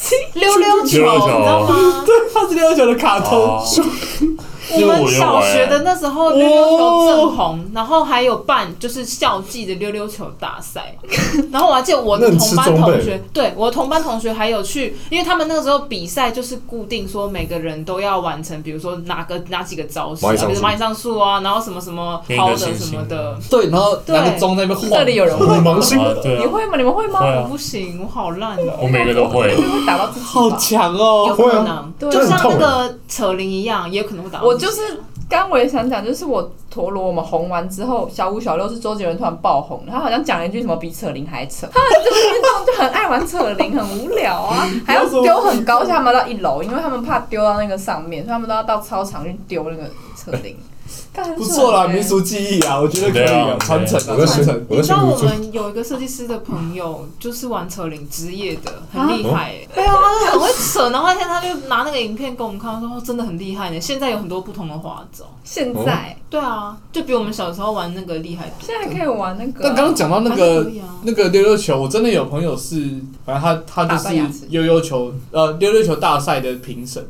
Speaker 4: 西？
Speaker 5: 溜溜球，啊你知
Speaker 2: 溜溜球
Speaker 5: 道 <laughs> 吗？
Speaker 1: 对，它是六九的卡通
Speaker 2: 哦，
Speaker 5: 我们小学的那时候溜溜球正红，然后还有办就是校际的溜溜球大 <laughs> 赛，然后我还记得我的同班同学，对我的同班同学还有去，因为他们那个时候比赛就是固定说每个人都要完成，比如说哪个哪几个招式、啊，
Speaker 3: 蚂蚁上树
Speaker 5: 比如说蚂蚁上树啊，然后什么什么
Speaker 2: 给你
Speaker 5: 抛
Speaker 2: 个
Speaker 5: 的
Speaker 2: 星
Speaker 5: 什么
Speaker 2: 星
Speaker 5: 的，
Speaker 1: 对，然后
Speaker 5: 对
Speaker 1: 拿个钟在那边晃，
Speaker 4: 这里有人
Speaker 3: 我
Speaker 4: 会吗？
Speaker 3: 盲信
Speaker 2: 啊，对
Speaker 4: <laughs> 你
Speaker 2: 啊，
Speaker 4: 会吗？你们会吗？
Speaker 2: 会啊
Speaker 5: 我不行，我好烂哦、
Speaker 2: 我每个都会，
Speaker 4: 会打到自己吧
Speaker 1: 好强
Speaker 5: 有
Speaker 1: 哦，
Speaker 5: 可能，
Speaker 3: 会啊
Speaker 4: 对啊
Speaker 5: 就像那个
Speaker 3: 欸
Speaker 5: 扯铃一样，也有可能会打到
Speaker 4: 我
Speaker 5: 自己
Speaker 4: 就是刚我也想讲，就是我陀螺我们红完之后，小五小六是周杰伦突然爆红，他好像讲了一句什么比扯铃还扯，他们就是运动就很爱玩扯铃，很无聊
Speaker 2: <laughs>
Speaker 4: 啊，还要丢很高，下他们要到一楼，因为他们怕丢到那个上面，所以他们都要到操场去丢那个扯铃。干很
Speaker 1: 不错啦，
Speaker 4: 爽欸
Speaker 1: 民俗记忆啊，我觉得可以
Speaker 2: 对
Speaker 1: 啊
Speaker 2: 啊，
Speaker 1: 传承
Speaker 3: 我
Speaker 1: 啊，传
Speaker 3: 在学
Speaker 1: 承，，
Speaker 3: 我
Speaker 5: 你
Speaker 3: 在
Speaker 5: 知
Speaker 3: 学
Speaker 5: 道
Speaker 3: 古
Speaker 5: 我
Speaker 3: 珠，
Speaker 5: 们有一个设计师的朋友，就是玩扯铃职业的，很
Speaker 4: 啊
Speaker 5: 厉害、欸。对啊，他就很会扯，然后那天他就拿那个影片给我们看，我说、哦、真的很厉害呢。现在有很多不同的花招。
Speaker 4: 现在、
Speaker 3: 哦
Speaker 5: 对啊，就比我们小时候玩那个厉害多。
Speaker 4: 现在还可以玩那个啊、
Speaker 1: 但刚刚讲到那
Speaker 5: 还
Speaker 1: 个
Speaker 5: 可以啊
Speaker 1: 那个溜溜球，我真的有朋友是，反正他他
Speaker 4: 打
Speaker 1: 就
Speaker 4: 败牙齿
Speaker 1: 是溜溜球呃溜溜球大赛的评审，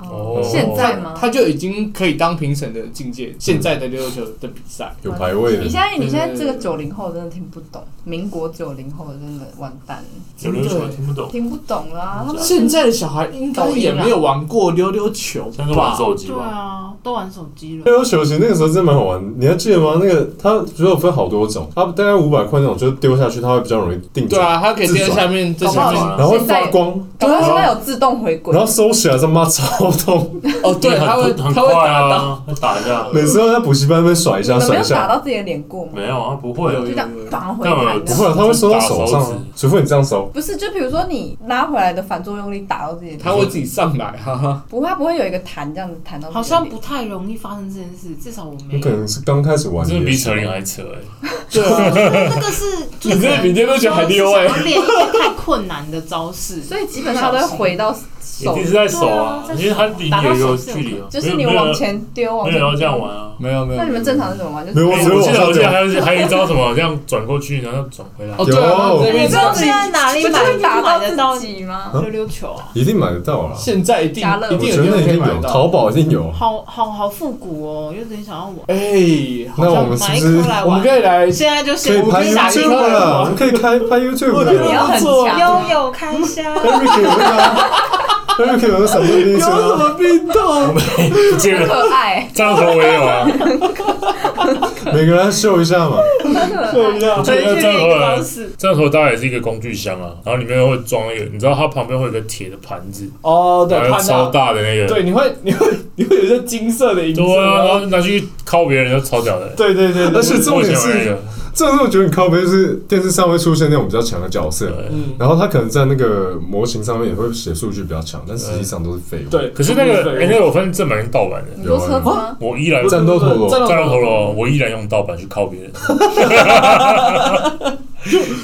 Speaker 4: 哦
Speaker 2: 哦
Speaker 4: 现在吗？
Speaker 1: 他就已经可以当评审的境
Speaker 3: 嗯
Speaker 1: 界。现在的溜溜球的比赛，
Speaker 3: 有排位啊
Speaker 4: 你
Speaker 3: 的
Speaker 4: 现，在你现在这个
Speaker 1: 对对对
Speaker 4: 九零后真的听不懂，民国九零后真的完蛋了，
Speaker 2: 有人说听不懂，
Speaker 4: 听不懂了、
Speaker 2: 嗯
Speaker 4: 啊，他们
Speaker 1: 现在的小孩应该也没有玩过溜溜球
Speaker 2: 现在都玩
Speaker 1: 吧？
Speaker 2: 手机
Speaker 5: 对
Speaker 2: 吧，
Speaker 5: 啊，都玩手机了。
Speaker 3: 溜溜球其实那个时候真的蛮好玩，你还记得吗？那个它只有分好多种，它大概五百块那种，就是丢下去它会比较容易定住
Speaker 1: 对，啊，他可以在下面在
Speaker 4: 搞不好
Speaker 1: 下
Speaker 4: 你
Speaker 1: 面
Speaker 2: 面
Speaker 3: 然后会发光，
Speaker 4: 搞不好现在有自动回归
Speaker 3: 然。后收起来他妈超痛，
Speaker 1: 哦，对，他会
Speaker 2: 很
Speaker 1: 他会
Speaker 2: 快
Speaker 1: 打到，
Speaker 2: 啊，会打一下，
Speaker 3: 每次都在补习班被甩一
Speaker 4: 你
Speaker 3: 下
Speaker 4: 们没
Speaker 3: 甩一
Speaker 4: 有打
Speaker 3: 下，
Speaker 4: 到自己的脸过吗？
Speaker 2: 没有啊，不会，
Speaker 4: 就这样绑回
Speaker 2: 干嘛
Speaker 4: 来，你
Speaker 3: 不
Speaker 4: 知
Speaker 3: 会
Speaker 4: 道
Speaker 3: 啊，
Speaker 4: 吗
Speaker 3: 它会收到手上啊，除非你这样收。
Speaker 4: 不是，就比如说你拉回来的反作用力打到自己的
Speaker 1: 他
Speaker 4: 脸，
Speaker 1: 会自己上来，哈哈。
Speaker 4: 不会，它不会有一个弹这样子弹到自己的
Speaker 5: 好像
Speaker 4: 脸
Speaker 5: 不太容易发生这件事，至少我没
Speaker 3: 你可
Speaker 5: 有。
Speaker 3: 能是刚开始玩，
Speaker 2: 真的比扯铃还扯哎，
Speaker 1: 对
Speaker 3: <laughs>
Speaker 1: 啊，
Speaker 5: 那个是，就是
Speaker 1: 你这比电动拳还溜欸
Speaker 5: 想要练一些太困难的招式，
Speaker 4: 所以基本上都会回到
Speaker 2: 一
Speaker 4: 手
Speaker 2: 定，是在手啊，
Speaker 5: 对啊
Speaker 2: 因为它离你有一个距离啊，
Speaker 4: 就是你
Speaker 2: 没有
Speaker 4: 往，前丢，往
Speaker 2: 没
Speaker 4: 前
Speaker 2: 有要
Speaker 4: 丢
Speaker 2: 这样。玩啊。
Speaker 1: 没有没有。
Speaker 4: 那你们正常是怎么玩？就
Speaker 3: 没有
Speaker 2: 我
Speaker 3: 我
Speaker 4: 是
Speaker 3: 只
Speaker 2: 记
Speaker 3: 是
Speaker 2: 得
Speaker 3: 往
Speaker 2: 我
Speaker 3: 上
Speaker 2: 记得还有一还有一招什么，这样转过去，然后转回来
Speaker 1: 哦，。对啊，
Speaker 3: 有
Speaker 1: 这
Speaker 4: 你
Speaker 1: 边
Speaker 4: 知道自己在哪里
Speaker 5: 不就
Speaker 4: 买
Speaker 5: 是
Speaker 4: 打
Speaker 5: 买得
Speaker 4: 到
Speaker 5: 到
Speaker 4: 自己吗？
Speaker 5: 溜溜球啊，
Speaker 3: 一定买得到啦。
Speaker 1: 现在一定
Speaker 4: 家乐福
Speaker 1: 一
Speaker 3: 我
Speaker 1: 定
Speaker 3: 觉
Speaker 1: 有地方
Speaker 3: 得那一
Speaker 1: 可以
Speaker 3: 定
Speaker 1: 买
Speaker 3: 有，
Speaker 1: 到。
Speaker 3: 淘宝一定有。
Speaker 5: 好好好复古哦，有点想要玩。
Speaker 1: 哎、好
Speaker 3: 那
Speaker 1: 像
Speaker 3: 我们是不是
Speaker 5: 买一颗来
Speaker 1: 我们可以
Speaker 4: <laughs>
Speaker 1: 来，
Speaker 5: 现在就
Speaker 3: 可以
Speaker 5: 先
Speaker 3: 拍
Speaker 5: 打一
Speaker 3: YouTube
Speaker 5: 个
Speaker 3: 了？我们可以开拍 YouTube
Speaker 1: 我觉得
Speaker 4: 你
Speaker 3: 了。，
Speaker 4: 要很
Speaker 1: 做
Speaker 4: 强，
Speaker 6: 悠悠开箱
Speaker 3: Eric
Speaker 5: <laughs>
Speaker 3: 有那个，Eric 有什么意
Speaker 1: 有
Speaker 3: 思
Speaker 1: 什
Speaker 3: 啊？
Speaker 1: 么病痛？
Speaker 2: 这个
Speaker 4: 可爱，
Speaker 2: 这样头我也有啊，
Speaker 3: 每个人秀一下嘛。
Speaker 1: 对呀，
Speaker 2: 这个这样头
Speaker 5: 方
Speaker 2: 我
Speaker 5: 式。
Speaker 2: 这样头当然也是一个工具箱啊，然后里面会装一个，你知道它旁边会有一个铁的盘子，
Speaker 1: 哦，对，
Speaker 2: 然后
Speaker 1: 看
Speaker 2: 哎超
Speaker 1: 到，
Speaker 2: 大的那个，
Speaker 1: 对，你会 <laughs> 你会你会有一些金色的银子，
Speaker 2: 对啊，然后
Speaker 1: 然后
Speaker 2: 拿去敲别人就超屌的。
Speaker 1: 对对对对，
Speaker 3: 而且重点是
Speaker 2: 我以前有那个
Speaker 3: 这种我觉得很靠背，就是电视上会出现那种比较强的角色，
Speaker 2: 对
Speaker 1: 嗯，
Speaker 3: 然后他可能在那个模型上面也会写数据比较强，但实际上都是废物。，
Speaker 1: 对。
Speaker 2: 可是那个，哎，那个我分正版跟盗版的，
Speaker 4: 你说车子吗？
Speaker 2: 我依然
Speaker 3: 战斗陀螺
Speaker 1: 战
Speaker 2: 战
Speaker 1: 斗
Speaker 2: 斗陀螺，我依然用盗版去敲别人，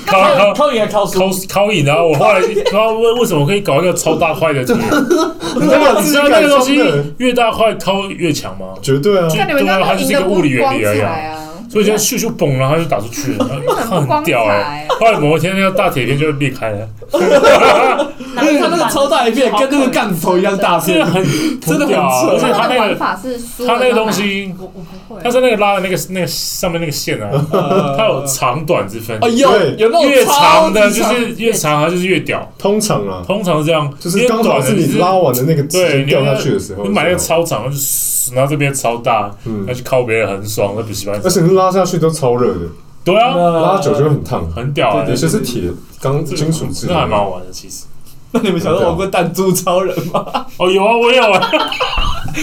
Speaker 2: 敲敲
Speaker 1: 靠你还靠书
Speaker 2: 敲，敲赢，然后我后来，然后为为什么可以搞一个超大块的铁？
Speaker 3: 你
Speaker 2: 你知道
Speaker 3: 有
Speaker 2: 你
Speaker 3: 质
Speaker 2: 知道
Speaker 3: 感
Speaker 2: 那个东
Speaker 3: 真的
Speaker 2: 西越大块敲越强吗？
Speaker 3: 绝对啊！
Speaker 4: 那你们这样就赢得不光彩啊！
Speaker 2: 所以现在咻咻嘣，然后就打出去了，
Speaker 3: <laughs>
Speaker 2: 然后
Speaker 4: 很不
Speaker 2: 很
Speaker 4: 光
Speaker 2: 屌哎、
Speaker 4: 彩，啊
Speaker 2: 后来某一天那个大铁片就裂开了，
Speaker 1: 而且它那个超大一片，跟那个杠子头一样大
Speaker 2: 真
Speaker 1: 片
Speaker 2: 的。很
Speaker 1: <laughs> 真的很
Speaker 2: 屌啊
Speaker 1: 扯
Speaker 2: 而且
Speaker 4: 他
Speaker 2: 它
Speaker 4: 的
Speaker 2: 那
Speaker 4: 玩
Speaker 2: 个
Speaker 4: 法是输，
Speaker 2: 它那个东，西，
Speaker 5: 我我不会
Speaker 2: 它，是那个拉的那个那个上面那个线啊，
Speaker 3: 哦
Speaker 1: 呃
Speaker 2: 它有长短之分
Speaker 1: 啊，，
Speaker 3: 哎
Speaker 1: 有
Speaker 3: 对
Speaker 1: 有那种
Speaker 2: 越长
Speaker 1: 超
Speaker 2: 的
Speaker 1: 级
Speaker 2: 就
Speaker 1: 长
Speaker 2: 是越长，它就是越屌。
Speaker 3: 通常啊，
Speaker 2: 通常是这样，
Speaker 3: 就是
Speaker 2: 越
Speaker 3: 刚
Speaker 2: 短
Speaker 3: 好
Speaker 2: 的
Speaker 3: 是
Speaker 2: 就
Speaker 3: 你拉完的那个
Speaker 2: 对，
Speaker 3: 纸
Speaker 2: 你那
Speaker 3: 掉
Speaker 2: 个
Speaker 3: 下去的时候，
Speaker 2: 你买那个，超长，然后就嘶然后这边超大，
Speaker 3: 嗯
Speaker 2: 那，去靠别人很爽，那补习班
Speaker 3: 而且你拉下去都超热的，
Speaker 2: 对啊，
Speaker 1: 呃
Speaker 3: 拉久就会很烫，
Speaker 2: 很屌啊
Speaker 1: 对
Speaker 3: 有
Speaker 1: 对，
Speaker 3: 些是铁、钢、
Speaker 2: 这个
Speaker 3: 金属制
Speaker 2: 那还蛮好
Speaker 3: 的。
Speaker 2: 玩的其实。
Speaker 1: 那你们小时候玩过弹珠超人吗？
Speaker 2: 哦，有啊，我有啊，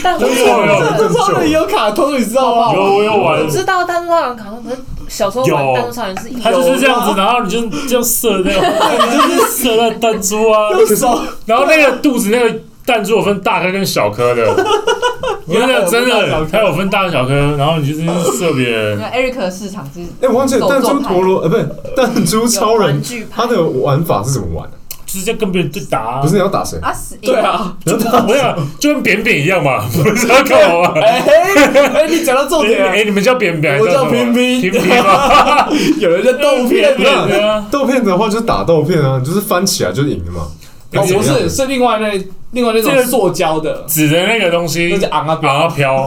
Speaker 5: 但
Speaker 2: 我
Speaker 5: 我
Speaker 2: 有有有
Speaker 1: 弹珠 <laughs> 超人有卡通，你知道
Speaker 3: 哦
Speaker 1: 吗？
Speaker 2: 有我有玩
Speaker 5: 我，知道弹珠超人卡通，可是小时候
Speaker 2: 有
Speaker 5: 玩弹珠超人是
Speaker 2: <laughs> 他就是这样子，然后你就这样射那个， <laughs> 你就是射那弹珠啊，
Speaker 1: 用手
Speaker 2: 然后那个肚子那个弹珠有分大颗跟小颗的，真的真的，它有分大跟小颗，然后你就是射别人
Speaker 4: <laughs> 那。Eric 市场是
Speaker 3: 哎，我忘记了
Speaker 4: 走
Speaker 3: 弹珠
Speaker 4: 走派
Speaker 3: 陀螺，呃，不是弹珠超人，
Speaker 5: 具派
Speaker 3: 它的玩法是怎么玩？
Speaker 2: 就是在跟别人对打、啊，
Speaker 3: 不是你要打谁？
Speaker 4: 啊死
Speaker 1: 对，
Speaker 2: <laughs>
Speaker 1: 啊，
Speaker 2: 就我想就跟扁扁一样嘛，不是要干嘛嘛？
Speaker 1: 哎哎，你讲到重
Speaker 2: 哎、
Speaker 1: 点了，
Speaker 2: 你们叫扁扁，
Speaker 1: 我叫
Speaker 2: 扁
Speaker 1: 平平
Speaker 2: 扁扁
Speaker 1: <laughs>
Speaker 2: 吗？
Speaker 1: 有人在豆片
Speaker 2: 扁扁
Speaker 1: 的。
Speaker 2: <laughs> 对啊，
Speaker 3: 豆片的话就是打豆片啊，你就是翻起来就赢了嘛。
Speaker 1: 哦，不
Speaker 3: 怎么
Speaker 1: 是，
Speaker 3: 样
Speaker 1: 是另外那另外那
Speaker 2: 这
Speaker 1: 种
Speaker 2: 个
Speaker 1: 塑胶的，
Speaker 2: 纸的那个东西
Speaker 1: 那，是昂啊表，
Speaker 2: 把它飘，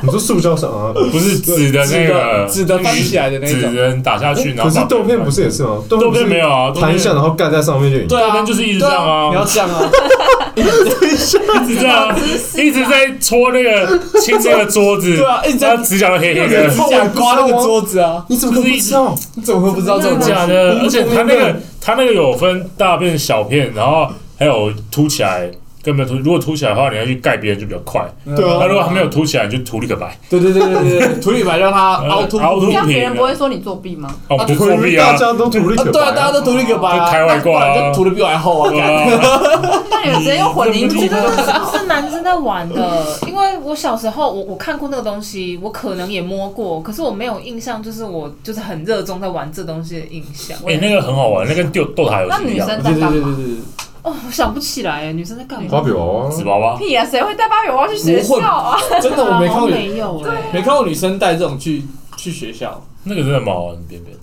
Speaker 3: 你说塑胶上啊？
Speaker 2: 不是纸的那个，
Speaker 1: 纸的纸的翻起来的那种
Speaker 2: 纸人打下去，然
Speaker 3: 可
Speaker 2: 后
Speaker 3: 是
Speaker 2: 把
Speaker 3: 豆片不是也是吗？
Speaker 2: 豆
Speaker 3: 豆
Speaker 2: 片没有啊，
Speaker 3: 弹一下然后盖在上面就赢。
Speaker 1: 对
Speaker 2: 豆
Speaker 1: 啊，
Speaker 2: 片就是一直这样
Speaker 1: 对
Speaker 2: 啊
Speaker 1: 你啊要这样啊，
Speaker 2: 豆片一直这样，啊 <laughs> 一直在戳
Speaker 1: <laughs>
Speaker 2: 那个清这个桌
Speaker 1: <laughs>
Speaker 2: 子，
Speaker 1: 对啊，一直在
Speaker 2: 他指甲都黑黑
Speaker 1: 用你的
Speaker 2: 的
Speaker 1: 指，甲刮那个桌子啊，
Speaker 3: 你怎么可能不知道？
Speaker 1: 你怎么会不知道这
Speaker 2: 真
Speaker 1: 种东西？
Speaker 2: 的假的？而且它那个它那个有分大片、小片，然后还有凸起来。根本凸，如果凸起来的话，你要去盖别人就比较快。
Speaker 3: 对啊
Speaker 2: 那如果还没有凸起来，你就涂立个白。
Speaker 1: 对对对对对，涂里白让它凹凸，
Speaker 2: 呃凹凸
Speaker 4: 这样别人不会说你作弊吗？
Speaker 2: 哦，不
Speaker 3: 不
Speaker 2: 作
Speaker 3: 会，
Speaker 2: 弊
Speaker 3: 大
Speaker 2: 啊！
Speaker 3: 家都独立
Speaker 1: 啊
Speaker 2: <laughs>
Speaker 3: 可
Speaker 1: 对啊，大家
Speaker 3: 白。
Speaker 1: 都涂里个白啊，
Speaker 2: 就开外挂啊
Speaker 1: 那不然就涂的比我还厚啊，
Speaker 2: 对
Speaker 1: 干
Speaker 2: 啊
Speaker 4: 那你们直接用混凝土
Speaker 2: 你
Speaker 5: 这个是男生在玩的，因为我小时候我我看过那个东西，我可能也摸过，可是我没有印象，就是我就是很热衷在玩这东西的印象。
Speaker 2: 哎，那个很好玩，那跟丢斗塔游
Speaker 4: 那
Speaker 2: 戏一
Speaker 4: 女
Speaker 2: 样。 <laughs>
Speaker 4: 生
Speaker 1: 对
Speaker 4: 在
Speaker 1: 对
Speaker 4: 干
Speaker 1: 对
Speaker 4: 嘛？
Speaker 1: 对对对。 <laughs>
Speaker 5: 哦，我想不起来，女生在干
Speaker 3: 芭
Speaker 5: 嘛？
Speaker 3: 比娃娃，
Speaker 2: 纸娃娃，
Speaker 4: 屁啊，谁会带芭比娃娃去学校啊？
Speaker 1: 真的，我没看过，
Speaker 5: 没有哎，
Speaker 1: 没看过女生带这种去去学校。
Speaker 2: 那个真的蛮好玩，扁扁。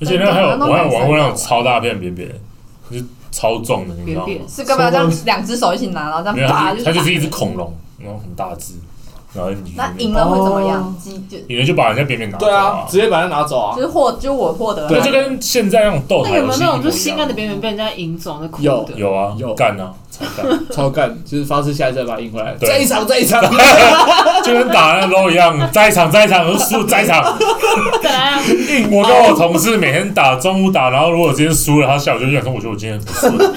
Speaker 2: 而且那个还有我还有玩过那种超大片扁扁，就是超重的，你知道吗
Speaker 5: 扁？
Speaker 4: 是干嘛这样两只手一起拿，然后
Speaker 5: <laughs>
Speaker 4: 这
Speaker 2: 没
Speaker 4: 样
Speaker 2: 有，
Speaker 4: 拔
Speaker 2: 它
Speaker 4: 就
Speaker 2: 就是它就是一只恐龙，然后很大只，然后你
Speaker 4: 那赢了会怎么样？鸡就
Speaker 2: 赢了就把人家扁扁拿走
Speaker 1: 对啊，直接把它拿走啊
Speaker 4: 就。是获，就我获得
Speaker 2: 那
Speaker 4: 了
Speaker 2: 就跟现在那种斗
Speaker 5: 那
Speaker 2: 塔
Speaker 5: 个
Speaker 2: 游
Speaker 5: 有没有
Speaker 2: 戏一模一
Speaker 5: 那种
Speaker 2: 样啊
Speaker 5: 就心爱的边缘被人家赢走那哭
Speaker 1: 有
Speaker 5: 的？
Speaker 2: 有啊，
Speaker 1: 有
Speaker 2: 干啊，才干，
Speaker 1: 超干，就是发誓下一次再把它赢回来。
Speaker 2: 对
Speaker 1: 这一场，这一场，
Speaker 2: 就跟打那 LO 一样，再一场再一场，我输再一
Speaker 5: <laughs>
Speaker 2: 场。
Speaker 5: 对啊，
Speaker 2: 我跟我同事每天打，中午打，然后如果今天输了，他下午就想说，我觉得我今天很不顺，
Speaker 5: <laughs>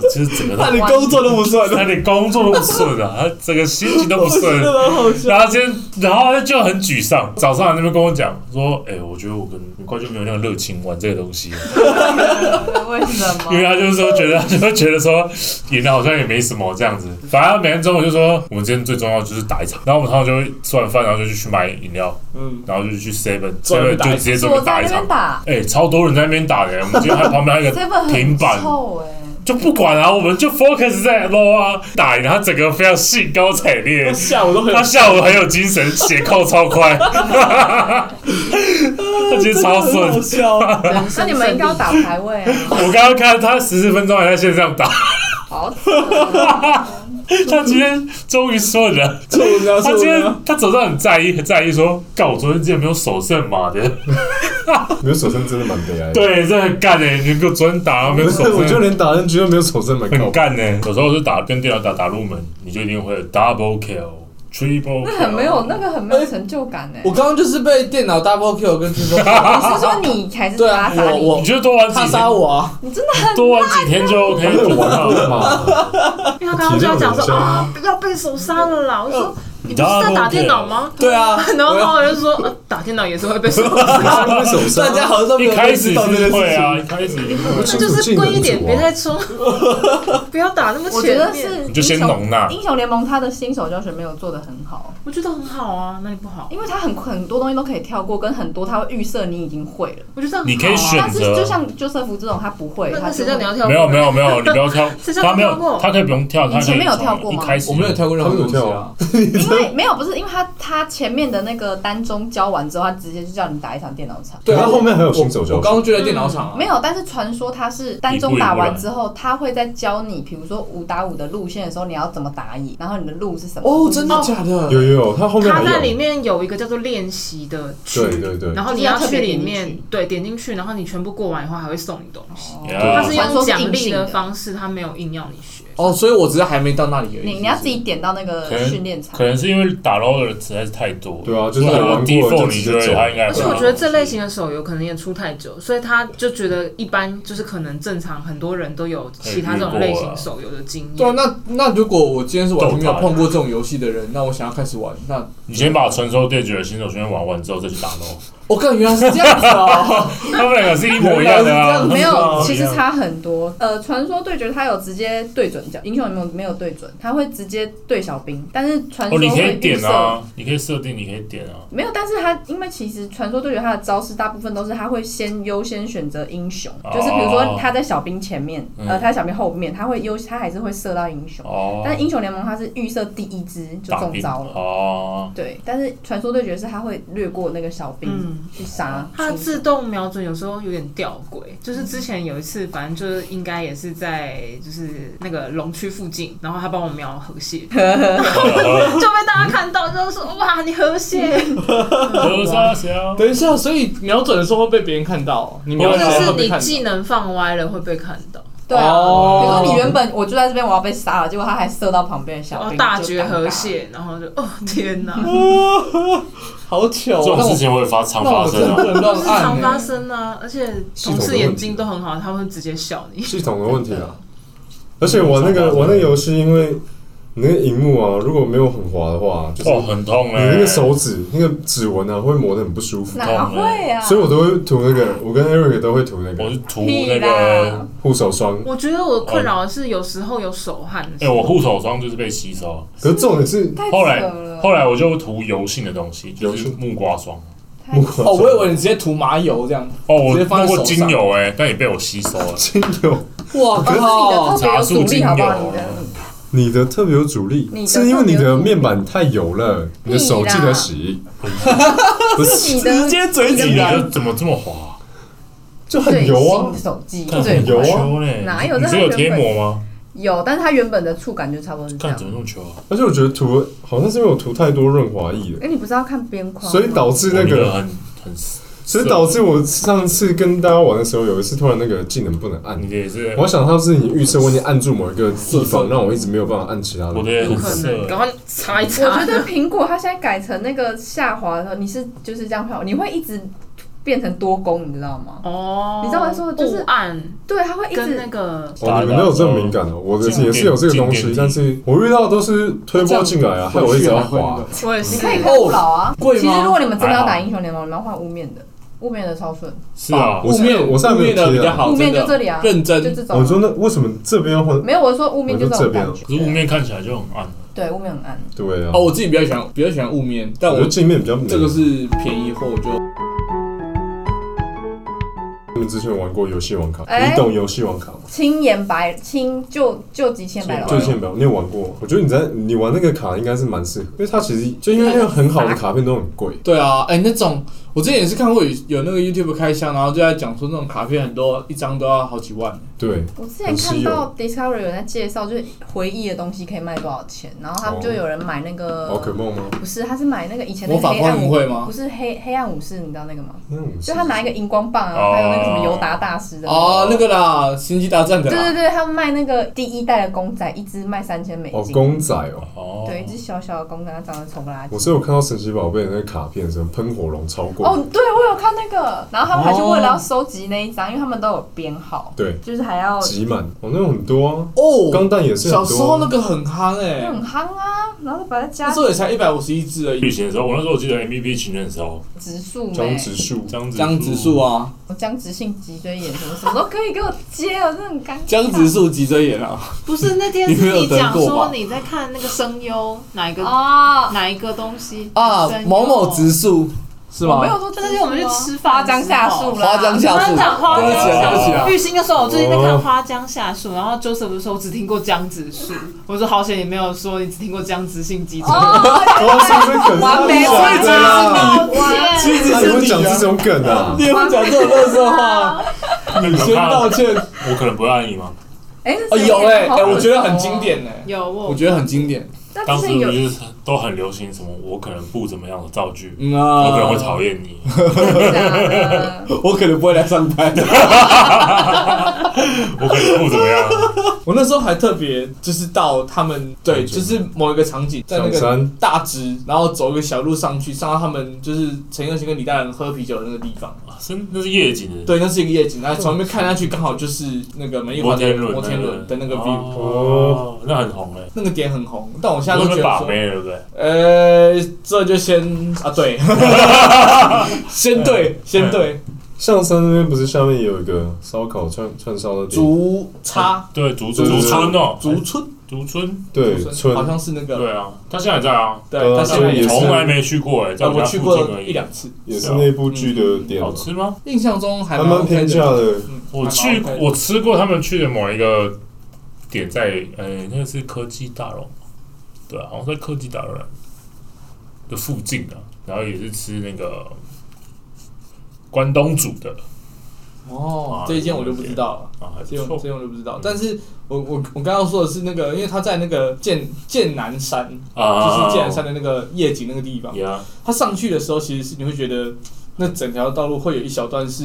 Speaker 2: 就就是整个
Speaker 1: 他
Speaker 2: 都，
Speaker 1: 连工作都不算，
Speaker 2: 他连工作都不顺
Speaker 5: <laughs>
Speaker 2: 啊，他整个心情都不顺
Speaker 1: 真。
Speaker 5: 啊
Speaker 1: 的好笑。
Speaker 2: 然后今天，然后他就很沮丧。早上来那边跟我讲说，哎、我觉得我跟你怪就没有那个热情玩这个东西，
Speaker 4: 为什
Speaker 2: <laughs>
Speaker 4: 么
Speaker 2: 因？为他啊就是说觉得，他就会觉得说赢了好像也没什么这样子。反正他每天中午就说，我们今天最重要就是打一场。然后我们常常就会吃完饭，然后就去去买饮料，
Speaker 1: 嗯，
Speaker 2: 然后就去 Seven
Speaker 1: 专
Speaker 2: Seven
Speaker 1: 门
Speaker 2: 就
Speaker 1: 打一场
Speaker 2: 直接准
Speaker 4: 坐
Speaker 2: 备
Speaker 4: 在
Speaker 2: 打一
Speaker 4: 那
Speaker 2: 场
Speaker 4: 边。打
Speaker 2: 哎、超多人在那边打的、我们今天还旁边还有一
Speaker 4: <laughs> ，seven
Speaker 2: 个
Speaker 4: 很
Speaker 2: 平板，
Speaker 4: 臭哎，
Speaker 2: 就不管啊，我们就 focus 在 low 啊，打赢了他整个非常兴高采烈
Speaker 1: <laughs> 那，下午都很
Speaker 2: 他下午很有精神，血扣超快， <laughs> 他今天超
Speaker 1: 真的很好 <laughs>
Speaker 2: 顺。
Speaker 1: 笑。
Speaker 4: 那你们应该要打排位啊，
Speaker 2: 我刚刚看他十四分钟还在线上打，
Speaker 4: 好扯哦。
Speaker 2: <laughs> 他今天终于顺了。
Speaker 1: 这我知道，
Speaker 2: 他
Speaker 1: 这我
Speaker 2: 今
Speaker 1: 知
Speaker 2: 天
Speaker 1: 道。
Speaker 2: 他早上很在意，很在意说，干我昨天竟然没有首胜嘛的，
Speaker 3: 没有手胜真的蛮悲哀的。，
Speaker 2: 对，啊这很干哎、欸，你给我昨天打没有首
Speaker 3: <laughs> 我就
Speaker 2: 胜，
Speaker 3: 连打 NG 都没有手胜，蛮
Speaker 2: 很
Speaker 3: 高。
Speaker 2: 干呢、欸有时候是打跟电脑打打入门，你就一定会有 double kill。Triple
Speaker 4: 那很没 <laughs> 有，那
Speaker 2: kill
Speaker 4: 个很没有成就感哎、
Speaker 1: 我刚刚就是被电脑 double kill 跟 triple kill，
Speaker 4: 你是说你还是
Speaker 1: 对
Speaker 4: 他
Speaker 1: 啊，
Speaker 4: 打
Speaker 1: 我
Speaker 4: 你？
Speaker 1: 我
Speaker 2: 你就多玩几
Speaker 1: 他
Speaker 2: 天，
Speaker 1: 杀我啊，
Speaker 4: 你真的很，
Speaker 2: 多玩几天就 OK
Speaker 3: 没有
Speaker 2: 就
Speaker 3: 玩
Speaker 2: 好
Speaker 3: 过
Speaker 2: 了。 <laughs>
Speaker 3: 嘛？
Speaker 5: 因为他刚刚就在讲
Speaker 3: 体力很
Speaker 5: 说
Speaker 3: 像
Speaker 5: 啊，不要被手杀了啦。我就说
Speaker 2: 嗯
Speaker 5: 你不是在打电脑吗？
Speaker 1: 对啊，
Speaker 5: 然后
Speaker 1: 我要
Speaker 5: 然后我就说，呃打电脑也是会被手
Speaker 2: <laughs>
Speaker 5: 杀，
Speaker 3: 为什么
Speaker 1: 大家好像都没
Speaker 2: 一
Speaker 1: 有
Speaker 2: 开始
Speaker 1: 知道这
Speaker 2: 是
Speaker 1: 件事
Speaker 2: 会
Speaker 1: 情。
Speaker 2: 啊，一开始一定会
Speaker 3: 啊不
Speaker 5: 那 <laughs>
Speaker 3: 清
Speaker 5: 就
Speaker 3: 楚
Speaker 5: 是
Speaker 3: 技能
Speaker 5: 贵一点，
Speaker 3: 组啊
Speaker 5: 别再冲， <laughs> 不要打那么
Speaker 4: 我觉
Speaker 5: 前
Speaker 4: 得
Speaker 5: 面。
Speaker 4: 是
Speaker 2: 你就先
Speaker 4: 英雄
Speaker 2: 容纳
Speaker 4: 英雄联盟它的新手教学没有做的很好，
Speaker 5: 我觉得很好啊，那你不好？
Speaker 4: 因为它很很多东西都可以跳过，跟很多它会预设你已经会了，
Speaker 5: 我觉得很好啊
Speaker 2: 你可以选
Speaker 4: 但是就像鸠瑟夫这种他不会，
Speaker 5: 那
Speaker 4: 他
Speaker 5: 那谁
Speaker 4: 就
Speaker 5: 叫你要跳？
Speaker 2: 没有没有没有，你不要跳
Speaker 5: 谁，叫
Speaker 2: 他没
Speaker 5: 他跳
Speaker 2: 有，
Speaker 5: 过
Speaker 2: 他可以不用跳，他可
Speaker 4: 你前
Speaker 2: 以
Speaker 4: 面有跳过
Speaker 2: 一
Speaker 4: 吗
Speaker 2: 开始
Speaker 1: 我没有跳过任何东西啊，
Speaker 4: <laughs> 因
Speaker 2: <laughs>
Speaker 4: 为没有不是因为他他前面的那个单中教完之后，他直接就叫你打一场电脑场。
Speaker 1: 对啊，
Speaker 3: 他后面还有新手教学
Speaker 1: 我我刚刚就在电脑场啊，
Speaker 4: 没有，但是传说他是单中打完之后，他会再教你，比如说五打五的路线的时候，你要怎么打野，然后你的路是什么。
Speaker 1: 哦，真的假的？
Speaker 3: 有有有，他后面
Speaker 5: 它在
Speaker 3: 还
Speaker 5: 里
Speaker 3: 有。
Speaker 5: 面有一个叫做练习的区，
Speaker 3: 对对对
Speaker 5: 然后你
Speaker 4: 就是要
Speaker 5: 要
Speaker 4: 特别
Speaker 5: 去里
Speaker 4: 点进
Speaker 5: 面
Speaker 4: 去，
Speaker 5: 对，点进去，然后你全部过完以后还会送你东西。
Speaker 2: Yeah
Speaker 5: 它
Speaker 2: 它
Speaker 5: 是
Speaker 4: 传说
Speaker 5: 用
Speaker 4: 是
Speaker 5: 奖
Speaker 4: 硬
Speaker 5: 励
Speaker 4: 性
Speaker 5: 的方式，它没有硬要你学。
Speaker 1: 哦，所以我只是还没到那里而已。
Speaker 4: 你你要自己点到那个训练场
Speaker 2: 可。能是因为打 low 的人实在是太多了，
Speaker 3: 对啊就
Speaker 2: 如
Speaker 3: 是
Speaker 2: 果
Speaker 3: 玩过了
Speaker 2: d
Speaker 3: 就
Speaker 2: f
Speaker 3: 直
Speaker 2: 你
Speaker 3: 接
Speaker 2: 觉得
Speaker 3: 走
Speaker 2: 他应该啊会哎
Speaker 5: 而且
Speaker 2: 打
Speaker 5: 我觉得这类型的手游可能也出太久，所以他就觉得一般就是可能正常很多人都有其他这种类型手游的经
Speaker 1: 对啊，
Speaker 5: 验。
Speaker 1: 那那如果我今天是完全没有
Speaker 2: 斗塔
Speaker 1: 碰过这种游戏的人，那我想要开始玩，那
Speaker 2: 你先把传说对决的新手圈玩完之后再去打
Speaker 4: <laughs>
Speaker 2: low，
Speaker 1: 我看原来是这样子哦。
Speaker 2: 他们两个是一模一样的啊，
Speaker 4: 没
Speaker 2: 是
Speaker 4: 有，
Speaker 2: 啊
Speaker 4: 其实差很多。呃，传说对决它有直接对准角，英雄没有没有对准，它会直接对小兵。但是传
Speaker 2: 哦，
Speaker 4: 说
Speaker 2: 你可
Speaker 4: 会
Speaker 2: 以
Speaker 4: 预
Speaker 2: 点
Speaker 4: 设、
Speaker 2: 啊，你可以设定，你可以点啊，
Speaker 4: 没有，但是它因为其实传说对决它的招式大部分都是它会先优先选择英雄，
Speaker 2: 哦
Speaker 4: 就是比如说它在小兵前面，
Speaker 2: 嗯
Speaker 4: 呃，它在小兵后面，它会优它还是会射到英雄。
Speaker 2: 哦，
Speaker 4: 但是英雄联盟它是预设第一只就
Speaker 2: 打
Speaker 4: 中
Speaker 2: 兵
Speaker 4: 招了。 <laughs>
Speaker 2: 哦，
Speaker 4: 对，但是传说对决是它会略过那个小兵
Speaker 5: 嗯，
Speaker 4: 去杀
Speaker 5: 它
Speaker 4: 出手
Speaker 5: 自动瞄准有时候有点吊诡，就是之前有一次，反正就是应该也是在就是那个龙区附近，然后他帮我瞄河
Speaker 4: <laughs>
Speaker 5: 蟹，就被大家看到，就说哇你河蟹，
Speaker 4: 嗯啊
Speaker 2: 何沙小，
Speaker 1: 等一下，所以瞄准的时候会被别人看到，哦你瞄
Speaker 5: 或
Speaker 1: 准
Speaker 5: 者
Speaker 1: 的时候
Speaker 5: 是
Speaker 1: 会被
Speaker 5: 你
Speaker 1: 看
Speaker 5: 技
Speaker 1: 到。
Speaker 5: 能放歪了会被看到。
Speaker 4: 对啊，
Speaker 1: 哦
Speaker 4: 比如说你原本我就在这边我要被杀了，结果他还射到旁边的
Speaker 5: 然
Speaker 4: 小
Speaker 5: 后
Speaker 4: 兵，
Speaker 5: 大
Speaker 4: 就
Speaker 5: 绝
Speaker 4: 尴尬
Speaker 5: 河。蟹，然后就哦天
Speaker 4: <laughs>
Speaker 5: 哪，
Speaker 1: <laughs> 好巧
Speaker 2: 这
Speaker 1: 哦，
Speaker 2: 种事情会发常
Speaker 1: 那我那我
Speaker 2: 发生
Speaker 1: 真的
Speaker 2: 啊
Speaker 1: 不。能
Speaker 5: 就
Speaker 1: 乱
Speaker 5: 是常发
Speaker 1: 按欸。
Speaker 5: 生
Speaker 4: 嗯
Speaker 5: 啊，而且同事眼睛都很好，他们直接笑你。
Speaker 3: 系统的问题啊。而且玩那个
Speaker 2: 嗯
Speaker 3: 玩那个游戏，因为你那个荧幕啊，如果没有很滑的话，就是
Speaker 2: 哦，
Speaker 3: 你
Speaker 2: 很痛哎、
Speaker 3: 那个手指那个指纹啊，会磨得很不舒服。
Speaker 4: 哪会啊？
Speaker 3: 所以我都会涂那个，我跟 Eric 都会涂那
Speaker 2: 我
Speaker 3: 个
Speaker 2: 是涂
Speaker 4: 屁
Speaker 2: 那
Speaker 4: 啦
Speaker 2: 个，！
Speaker 3: 护手霜。
Speaker 5: 我觉得我困扰的是有时候有手汗的
Speaker 2: 哎、
Speaker 5: 时候，
Speaker 2: 我护手霜就是被吸收，
Speaker 3: 可是重点是
Speaker 4: 太
Speaker 2: 后来
Speaker 4: 扯了。
Speaker 2: 后来我就涂油性的东西，就
Speaker 3: 油
Speaker 2: 是
Speaker 3: 性
Speaker 2: 木瓜霜。
Speaker 4: 太
Speaker 3: 木瓜
Speaker 1: 哦，我以为你直接涂麻油这样。
Speaker 2: 哦，我
Speaker 1: 直接放
Speaker 2: 用
Speaker 1: 在
Speaker 2: 过
Speaker 1: 手上
Speaker 2: 精油哎、但也被我吸收了。
Speaker 3: 精油，
Speaker 1: 哇
Speaker 4: 可是你的
Speaker 1: 靠！
Speaker 4: 特别有阻
Speaker 2: 茶
Speaker 4: 力好不好？
Speaker 2: 树
Speaker 4: 你
Speaker 2: 精油
Speaker 4: 的
Speaker 3: 你的特别有阻力
Speaker 4: 你，的
Speaker 3: 是因为你的面板太油了，你的手记得洗，不是
Speaker 4: 你
Speaker 1: 直
Speaker 4: 的
Speaker 1: 接嘴
Speaker 2: 你
Speaker 1: 起来，
Speaker 2: 的怎么这么滑？
Speaker 3: 就
Speaker 4: 最
Speaker 3: 很油啊
Speaker 4: 新。手机
Speaker 2: 看
Speaker 4: 最
Speaker 3: 很油啊
Speaker 2: 球嘞，
Speaker 4: 哪有
Speaker 2: 你
Speaker 4: 那
Speaker 2: 这
Speaker 4: 它
Speaker 2: 有
Speaker 4: 原
Speaker 2: 贴
Speaker 4: 本
Speaker 2: 膜吗？
Speaker 4: 有，但是它原本的触感就差不多是这
Speaker 2: 看
Speaker 4: 样
Speaker 2: 怎。么弄球啊？
Speaker 3: 而且我觉得涂了好像是因为我涂太多润滑液了，
Speaker 4: 哎，你不是要看边框吗？
Speaker 3: 所以导
Speaker 2: 我
Speaker 3: 致那个
Speaker 2: 很很，
Speaker 3: 所以导致我上次跟大家玩的时候，有一次突然那个技能不能按
Speaker 2: 你，的也是，
Speaker 3: 我想到是你预设我已经按住某一个地方，让我一直没有办法按其他
Speaker 2: 我的
Speaker 3: 的。
Speaker 2: 也
Speaker 5: 不
Speaker 2: 很
Speaker 5: 可能，赶
Speaker 2: 色。
Speaker 5: 快擦一
Speaker 4: 我觉
Speaker 5: 擦。
Speaker 4: 得苹果它现在改成那个下滑的时候，你是就是这样跳，你会一直变成多功，你知道吗？
Speaker 5: 哦，
Speaker 4: 你知道我在说的就是
Speaker 5: 雾暗
Speaker 4: 对，它会一
Speaker 5: 跟
Speaker 4: 直
Speaker 5: 那个
Speaker 3: 哦，你们都有这么敏感哦，我的也是有这个东西，但是我遇到的都是推波进来啊，害我一直要滑。
Speaker 5: 我也
Speaker 4: 你
Speaker 5: 是
Speaker 4: 可，以换不老啊。
Speaker 1: 贵
Speaker 4: 其
Speaker 1: 吗
Speaker 4: 实如果你们真的要打
Speaker 2: 还好
Speaker 4: 英雄联盟，你们要换雾面的，雾面的超顺，
Speaker 2: 是啊，
Speaker 3: 我
Speaker 1: 雾
Speaker 3: 是
Speaker 1: 面
Speaker 3: 我是还
Speaker 1: 雾
Speaker 3: 没有
Speaker 1: 面的比
Speaker 3: 贴
Speaker 1: 较
Speaker 3: 啊
Speaker 1: 好，
Speaker 4: 雾面
Speaker 1: 真
Speaker 4: 就
Speaker 1: 的
Speaker 4: 这里啊，
Speaker 1: 认
Speaker 3: 呃
Speaker 4: 就
Speaker 1: 真。
Speaker 4: 这种啊。
Speaker 3: 我哦说那为什么这边要换？
Speaker 4: 没有，我说雾面就这种感
Speaker 3: 我就
Speaker 4: 觉。
Speaker 2: 可是雾面看起来就很暗。
Speaker 4: 对，对，雾面很暗。
Speaker 3: 对啊，
Speaker 1: 哦，我自己比较喜欢比较喜欢雾面，但
Speaker 3: 我觉
Speaker 1: 我
Speaker 3: 得镜面比较美
Speaker 1: 这个是便宜货，我就
Speaker 3: 你们之前有玩过游戏王卡？
Speaker 4: 哎
Speaker 3: 你懂游戏王卡吗？
Speaker 4: 青眼白青就就极限白龙，
Speaker 3: 就是线表，你有玩过吗？我觉得你在你玩那个卡应该是蛮适合，因为它其实就因为那个很好的卡片都很贵，
Speaker 1: 对啊，哎、那种我之前也是看过有有那个 YouTube 开箱，然后就在讲说那种卡片很多，一张都要好几万。
Speaker 3: 对，
Speaker 4: 我之前
Speaker 3: 很稀
Speaker 4: 看
Speaker 3: 有
Speaker 4: 到 Discovery 有人在介绍，就是回忆的东西可以卖多少钱，然后他们就有人买那个，
Speaker 3: 哦宝可梦吗？
Speaker 4: 不是，他是买那个以前那
Speaker 1: 魔
Speaker 4: 个
Speaker 1: 法
Speaker 4: 黑
Speaker 1: 光
Speaker 4: 暗
Speaker 1: 明
Speaker 4: 武，
Speaker 1: 会吗
Speaker 4: 不？是黑黑暗武士，你知道那个吗？
Speaker 3: 那种
Speaker 4: 就他拿一个荧光棒，然啊
Speaker 2: 哦
Speaker 4: 后还有那个什么尤达大师的。
Speaker 1: 哦，啊那个啦，《星际大战》的
Speaker 4: 对对
Speaker 1: 啦。
Speaker 4: 对，他们卖那个第一代的公仔，一只卖三千美
Speaker 3: 哦
Speaker 4: 金。
Speaker 3: 公仔哦，
Speaker 2: 哦，
Speaker 4: 对，一只小小的公仔，它长得丑不拉
Speaker 3: 我
Speaker 4: 几。
Speaker 3: 是有看到神奇宝贝的那个卡片，什么喷火龙超贵，
Speaker 4: 哦，对，我有看那个，然后他们还去为了要收集那一张，因为他们都有编号，
Speaker 3: 对，
Speaker 4: 就是还要
Speaker 3: 集满哦，那种很多啊，钢
Speaker 1: 哦，
Speaker 3: 弹也是
Speaker 1: 小
Speaker 3: 很
Speaker 1: 时候那
Speaker 3: 多，啊
Speaker 1: 个很夯哎、
Speaker 4: 那很夯啊，然后就把它加
Speaker 1: 那时候也才一百五十一只而已。
Speaker 2: 旅行的时候，我那时候我记得 MVP 情人的时候，
Speaker 4: 植树
Speaker 3: 江
Speaker 4: 没。
Speaker 3: 直树，
Speaker 2: 江子
Speaker 1: 江直树，啊，
Speaker 4: 我欸哦僵直性脊椎炎什么什么都可以给我接了，真的很尴尬。
Speaker 1: 江直树脊椎炎
Speaker 4: 哦
Speaker 1: 啊，
Speaker 5: 不是那天
Speaker 1: 你没
Speaker 5: 是
Speaker 1: 有
Speaker 5: 你讲
Speaker 1: 得过吧
Speaker 5: 说你在看那个声优哪一个、
Speaker 4: 哦，
Speaker 5: 哪一个东西
Speaker 1: 啊，某某直树是吗？
Speaker 4: 我没有说，
Speaker 5: 但是我们去吃
Speaker 4: 花
Speaker 5: 饭
Speaker 4: 江下树啦，
Speaker 1: 花江下树，
Speaker 5: 我们讲花
Speaker 1: 对不起啊，对不起啊哦
Speaker 5: 玉兴就说：“我最近在看《花江下树》，然后 Joseph 就说：‘我只听过江直树。’我说：‘好险，你没有说你只听过江直性脊椎。’
Speaker 4: 哦
Speaker 3: 哇，哦是不是梗？啊
Speaker 4: 完美完
Speaker 1: 对啦
Speaker 4: 哦
Speaker 5: 哇，
Speaker 1: 其实
Speaker 3: 那你
Speaker 1: 是
Speaker 3: 会
Speaker 1: 你
Speaker 3: 讲这
Speaker 1: 啊，
Speaker 3: 种梗啊
Speaker 1: 你？也会讲这种乐色话，
Speaker 4: <laughs>
Speaker 2: 你
Speaker 1: 先道歉。
Speaker 2: 我可能不会爱你吗？
Speaker 4: 哎，
Speaker 1: 哦，有哎、
Speaker 4: 哎，
Speaker 1: 哎、我觉得很经。典哎、
Speaker 5: 有我
Speaker 1: 我觉得很经典。
Speaker 4: 但
Speaker 2: 当
Speaker 4: 之
Speaker 2: 时
Speaker 4: 前有
Speaker 2: 不是都很流行什么我可能不怎么样的造句，
Speaker 1: 嗯啊，
Speaker 2: 我可能会讨厌
Speaker 1: <laughs>
Speaker 2: 你，
Speaker 1: 我可能不会来上班。
Speaker 2: 我可能不怎么样。
Speaker 1: 我那时候还特别就是到他们对，
Speaker 3: 场景
Speaker 1: 就是某一个场景，在那
Speaker 3: 小
Speaker 1: 个
Speaker 3: 山
Speaker 1: 大直，然后走一个小路上去，上到他们就是陈佑兴跟李大人喝啤酒的那个地方。
Speaker 2: 啊真那是夜景的，
Speaker 1: 对，那是一个夜景，然后从那边看下去，刚好就是那个美丽华
Speaker 2: 摩
Speaker 1: 的
Speaker 2: 天轮，
Speaker 1: 摩天轮的那个 view。
Speaker 2: 哦，那很红哎，
Speaker 1: 那个点很红，但我现在
Speaker 2: 都
Speaker 1: 都觉
Speaker 2: 是
Speaker 1: 得
Speaker 2: 把
Speaker 1: 说，
Speaker 2: 妹了，对不对？
Speaker 1: 呃，这就先啊，对，先对，先对，
Speaker 3: 象山那边不是下面也有一个烧烤串串烧的店？
Speaker 1: 竹叉
Speaker 2: 对，竹
Speaker 3: 对
Speaker 2: 竹村哦，
Speaker 1: 竹村，
Speaker 2: 竹村，
Speaker 3: 对，
Speaker 1: 竹
Speaker 3: 村
Speaker 1: 好像是那个，
Speaker 2: 对啊，他现在还在啊，
Speaker 1: 对，
Speaker 3: 呃
Speaker 1: 他现在
Speaker 3: 也
Speaker 1: 也
Speaker 3: 是
Speaker 2: 从来没去过哎，在
Speaker 1: 呃，我
Speaker 2: 家
Speaker 1: 去
Speaker 2: 附近
Speaker 1: 过
Speaker 2: 而
Speaker 1: 一
Speaker 2: 已。
Speaker 1: 两次，
Speaker 3: 也是那部剧的店嘛
Speaker 2: 啊嗯好，吃吗？
Speaker 1: 印象中还
Speaker 3: 还
Speaker 1: 蛮
Speaker 3: 蛮
Speaker 1: OK
Speaker 3: 偏
Speaker 1: 的
Speaker 3: 价的。
Speaker 1: 嗯
Speaker 2: 我去，
Speaker 1: 还蛮 OK 的
Speaker 2: 我吃过他们去的某一个点在，呃，那个是科技大楼，对啊，好像在科技大楼的附近啊，然后也是吃那个关东煮的
Speaker 1: 哦
Speaker 2: 啊，
Speaker 1: 这一间我就不知道了。
Speaker 2: 啊，还不
Speaker 1: 这种
Speaker 2: 错
Speaker 1: 这，种我就不知道，但是我我我刚刚说的是那个，因为他在那个剑剑南山，就
Speaker 2: 啊
Speaker 1: 是剑南山的那个夜景那个地方，
Speaker 2: 呀，
Speaker 1: 他上去的时候，其实是你会觉得那整条道路会有一小段是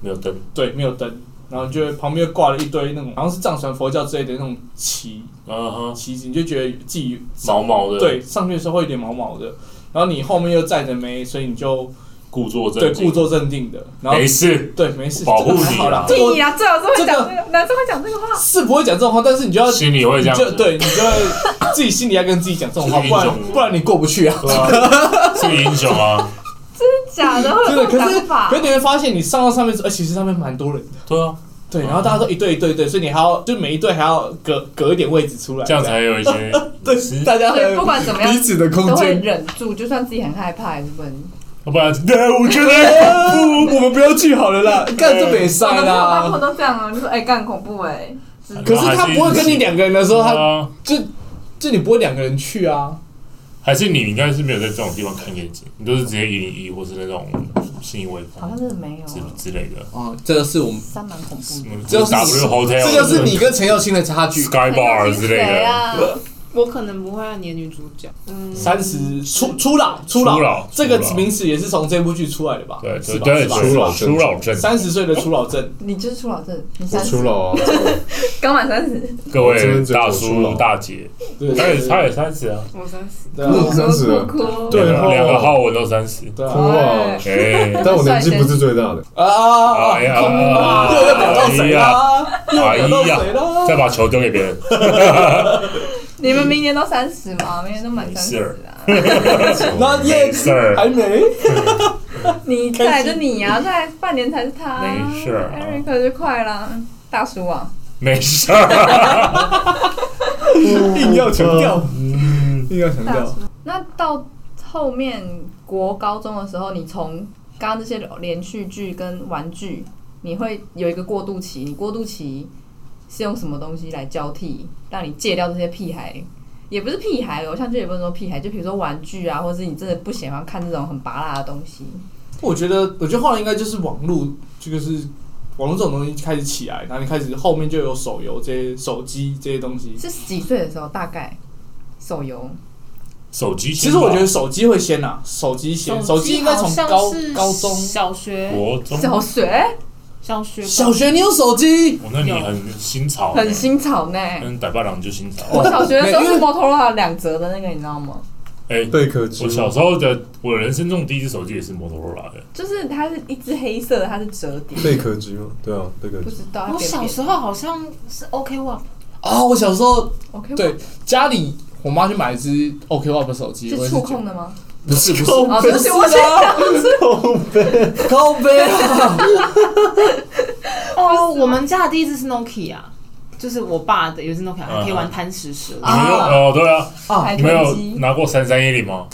Speaker 2: 没有灯，
Speaker 1: 对没有灯，然后就会旁边又挂了一堆那种好像是藏传佛教之类的那种旗
Speaker 2: 嗯哼，
Speaker 1: 旗子，你就觉得自己
Speaker 2: 毛毛的，，
Speaker 1: 对上去的时候会有点毛毛的，然后你后面又站着没，所以你就
Speaker 2: 故作
Speaker 1: 对
Speaker 2: 镇
Speaker 1: 故
Speaker 2: 静，
Speaker 1: 作镇定的，然后
Speaker 2: 没事，
Speaker 1: 对没事，
Speaker 2: 保护
Speaker 1: 这个还好啦
Speaker 2: 你啊，
Speaker 1: 这个我
Speaker 4: 屁啦，最好是会讲这个，男生会讲这个话。
Speaker 1: 是不会讲这种话，但是你就要
Speaker 2: 心里
Speaker 1: 呃
Speaker 2: 会这
Speaker 1: 你
Speaker 2: 样
Speaker 1: 就
Speaker 2: 子，
Speaker 1: 对你就会自己心里要跟自己讲这种话，
Speaker 2: 是
Speaker 1: 不
Speaker 2: 英雄
Speaker 1: 然不然你过不去啊。
Speaker 2: 对啊，是个英雄啊，
Speaker 4: 假的，
Speaker 1: <laughs>
Speaker 4: 会
Speaker 1: 真
Speaker 4: 有
Speaker 1: 的，可
Speaker 4: 这种想
Speaker 1: 是
Speaker 4: 法
Speaker 1: 可是。你会发现，你上到上面之后，哎、其实上面蛮多人的，
Speaker 2: 对啊，
Speaker 1: 对，然后大家都一队一队一队，所以你还要就每一队还要隔隔一点位置出来，
Speaker 2: 这样才有一些
Speaker 1: 对
Speaker 2: 隐私，，
Speaker 1: 大家
Speaker 4: 所
Speaker 1: 才
Speaker 4: 以不
Speaker 1: 有
Speaker 4: 管怎么样
Speaker 1: 彼，此的空
Speaker 4: 都会
Speaker 1: 间。
Speaker 4: 忍住，就算自己很害怕，还是不能。
Speaker 2: 要哦不然，对，我觉得
Speaker 1: 不，我们不要去好了啦，干这没
Speaker 4: 我
Speaker 1: 晒
Speaker 4: 的朋友他们
Speaker 1: 啦。
Speaker 4: 都这样啊，就说哎，干恐怖哎。
Speaker 1: 可是他不会跟你两个人的时候，他
Speaker 2: 啊。
Speaker 1: 就就你不会两个人去啊。
Speaker 2: 还是你应该是没有在这种地方看夜景，你都是直接一零一或是那种信义威
Speaker 4: 好像
Speaker 2: 风
Speaker 4: 真的没有啊
Speaker 2: 之，之类的。
Speaker 1: 哦，这个是我们，
Speaker 4: 三蛮恐怖的。
Speaker 1: 这就是
Speaker 2: W Hotel，
Speaker 1: 这就是你跟陈耀青的差距。
Speaker 2: Sky Bar 之类
Speaker 4: 谁
Speaker 2: 的。
Speaker 4: 啊？
Speaker 5: 我可能不会爱你的女主角，嗯，
Speaker 1: 三十出出老出
Speaker 2: 初
Speaker 1: 老
Speaker 2: 老，
Speaker 1: 这个
Speaker 2: 初老
Speaker 1: 名词也是从这部剧出来的吧？
Speaker 2: 对对
Speaker 1: 是吧
Speaker 2: 对，
Speaker 1: 是吧
Speaker 2: 初老
Speaker 3: 是吧
Speaker 2: 初老症，
Speaker 1: 三十岁的初老症，
Speaker 4: 你就是初老症，你
Speaker 3: 我
Speaker 4: 三
Speaker 3: 出
Speaker 4: 十，
Speaker 3: 老啊，
Speaker 4: 刚满三十，
Speaker 2: 各
Speaker 3: 我真
Speaker 2: 位
Speaker 3: 的觉得
Speaker 2: 大
Speaker 3: 我初
Speaker 2: 叔
Speaker 3: 老
Speaker 2: 大姐，
Speaker 1: 对
Speaker 2: 他也他也三十啊，
Speaker 5: 我三十，
Speaker 1: 对
Speaker 3: 我
Speaker 1: 啊
Speaker 3: 三十了
Speaker 4: 哭哭。
Speaker 1: 对
Speaker 2: 两个
Speaker 1: 哦
Speaker 2: 两个浩文都三十。
Speaker 1: 对
Speaker 3: 哭
Speaker 1: 啊
Speaker 4: <laughs>
Speaker 3: 啊！
Speaker 1: <laughs>
Speaker 2: 哎，
Speaker 3: 但我年纪不是最大的，
Speaker 1: 啊啊
Speaker 2: 哎呀
Speaker 1: 啊！
Speaker 2: 啊
Speaker 1: <laughs> 又要表到谁啦？又
Speaker 2: 哎
Speaker 1: 要表到谁啊
Speaker 2: 呀，再
Speaker 1: 啦？
Speaker 2: 把球丢给
Speaker 1: <laughs>
Speaker 2: 别人，
Speaker 4: 你们明年都三十吗？明年都满
Speaker 2: 没
Speaker 4: 三
Speaker 2: 事
Speaker 4: 十
Speaker 2: 儿
Speaker 4: 啊！
Speaker 2: 哎
Speaker 1: 那
Speaker 2: 没
Speaker 1: 叶
Speaker 2: 事儿，
Speaker 1: 还没，
Speaker 4: 你再来就你啊，再来半年才是他、
Speaker 2: 没事儿啊
Speaker 4: Eric 就快啦，大叔啊，
Speaker 2: 没事儿。
Speaker 1: <laughs>
Speaker 2: 嗯
Speaker 1: 硬要强调，硬要强
Speaker 4: 大
Speaker 1: 调
Speaker 4: 叔。。那到后面国高中的时候，你从刚刚这些连续剧跟玩具你会有一个过渡期，你过渡期是用什么东西来交替，让你戒掉这些屁孩？也不是屁孩，偶像剧也不能说屁孩，就比如说玩具啊，或者是你真的不喜欢看这种很拔辣的东西。
Speaker 1: 我觉得，我觉得后来应该就是网络，这个是网络这种东西开始起来，然后你开始后面就有手游这些、手机这些东西。
Speaker 4: 是几岁的时候？大概手游
Speaker 2: 手机
Speaker 1: 其
Speaker 2: 先
Speaker 1: 实
Speaker 2: 吧
Speaker 1: 我觉得手机会先啊，手机先，手机应该从高
Speaker 5: 好像是
Speaker 1: 高中、
Speaker 5: 小学、
Speaker 2: 国中，
Speaker 4: 小学
Speaker 5: 小学、
Speaker 1: 小学你有手机，
Speaker 2: 我那你很新潮欸，
Speaker 4: 很新潮 <laughs> 呢。
Speaker 2: 嗯，逮霸郎就新潮。
Speaker 1: 哦
Speaker 4: 我小学的时候
Speaker 1: 没因
Speaker 4: 是
Speaker 1: 为
Speaker 4: 摩托罗拉两折的那个，你知道吗？
Speaker 2: 哎，
Speaker 3: 贝壳机
Speaker 2: 我小时候的我人生中第一只手机也是摩托罗拉的，
Speaker 4: 就是它是一只黑色的，它是折叠，
Speaker 3: 贝壳机吗？对啊，贝壳
Speaker 4: 不
Speaker 3: 机。
Speaker 4: 知道。它
Speaker 5: 我
Speaker 4: 扁扁
Speaker 5: 小时候好像是 OK One，
Speaker 1: 啊、我小时候
Speaker 4: OK
Speaker 1: 对家里我妈去买一只 OK One 的手机，我
Speaker 4: 是
Speaker 1: 也觉
Speaker 4: 触控的吗？
Speaker 1: 得，不是不是，
Speaker 4: 哦，对不起，我
Speaker 1: 不
Speaker 4: 是
Speaker 1: 是啊， <laughs> 高杯啊，
Speaker 5: 哦，我们家的第一只是 Nokia，就是我爸的有一只 Nokia，还可以玩贪食蛇。
Speaker 2: 你们有
Speaker 4: 啊
Speaker 2: 哦？对啊，
Speaker 1: 啊
Speaker 4: <laughs> 台
Speaker 2: 你们
Speaker 4: 球
Speaker 2: 有
Speaker 4: 机。
Speaker 2: 拿过三三一零吗？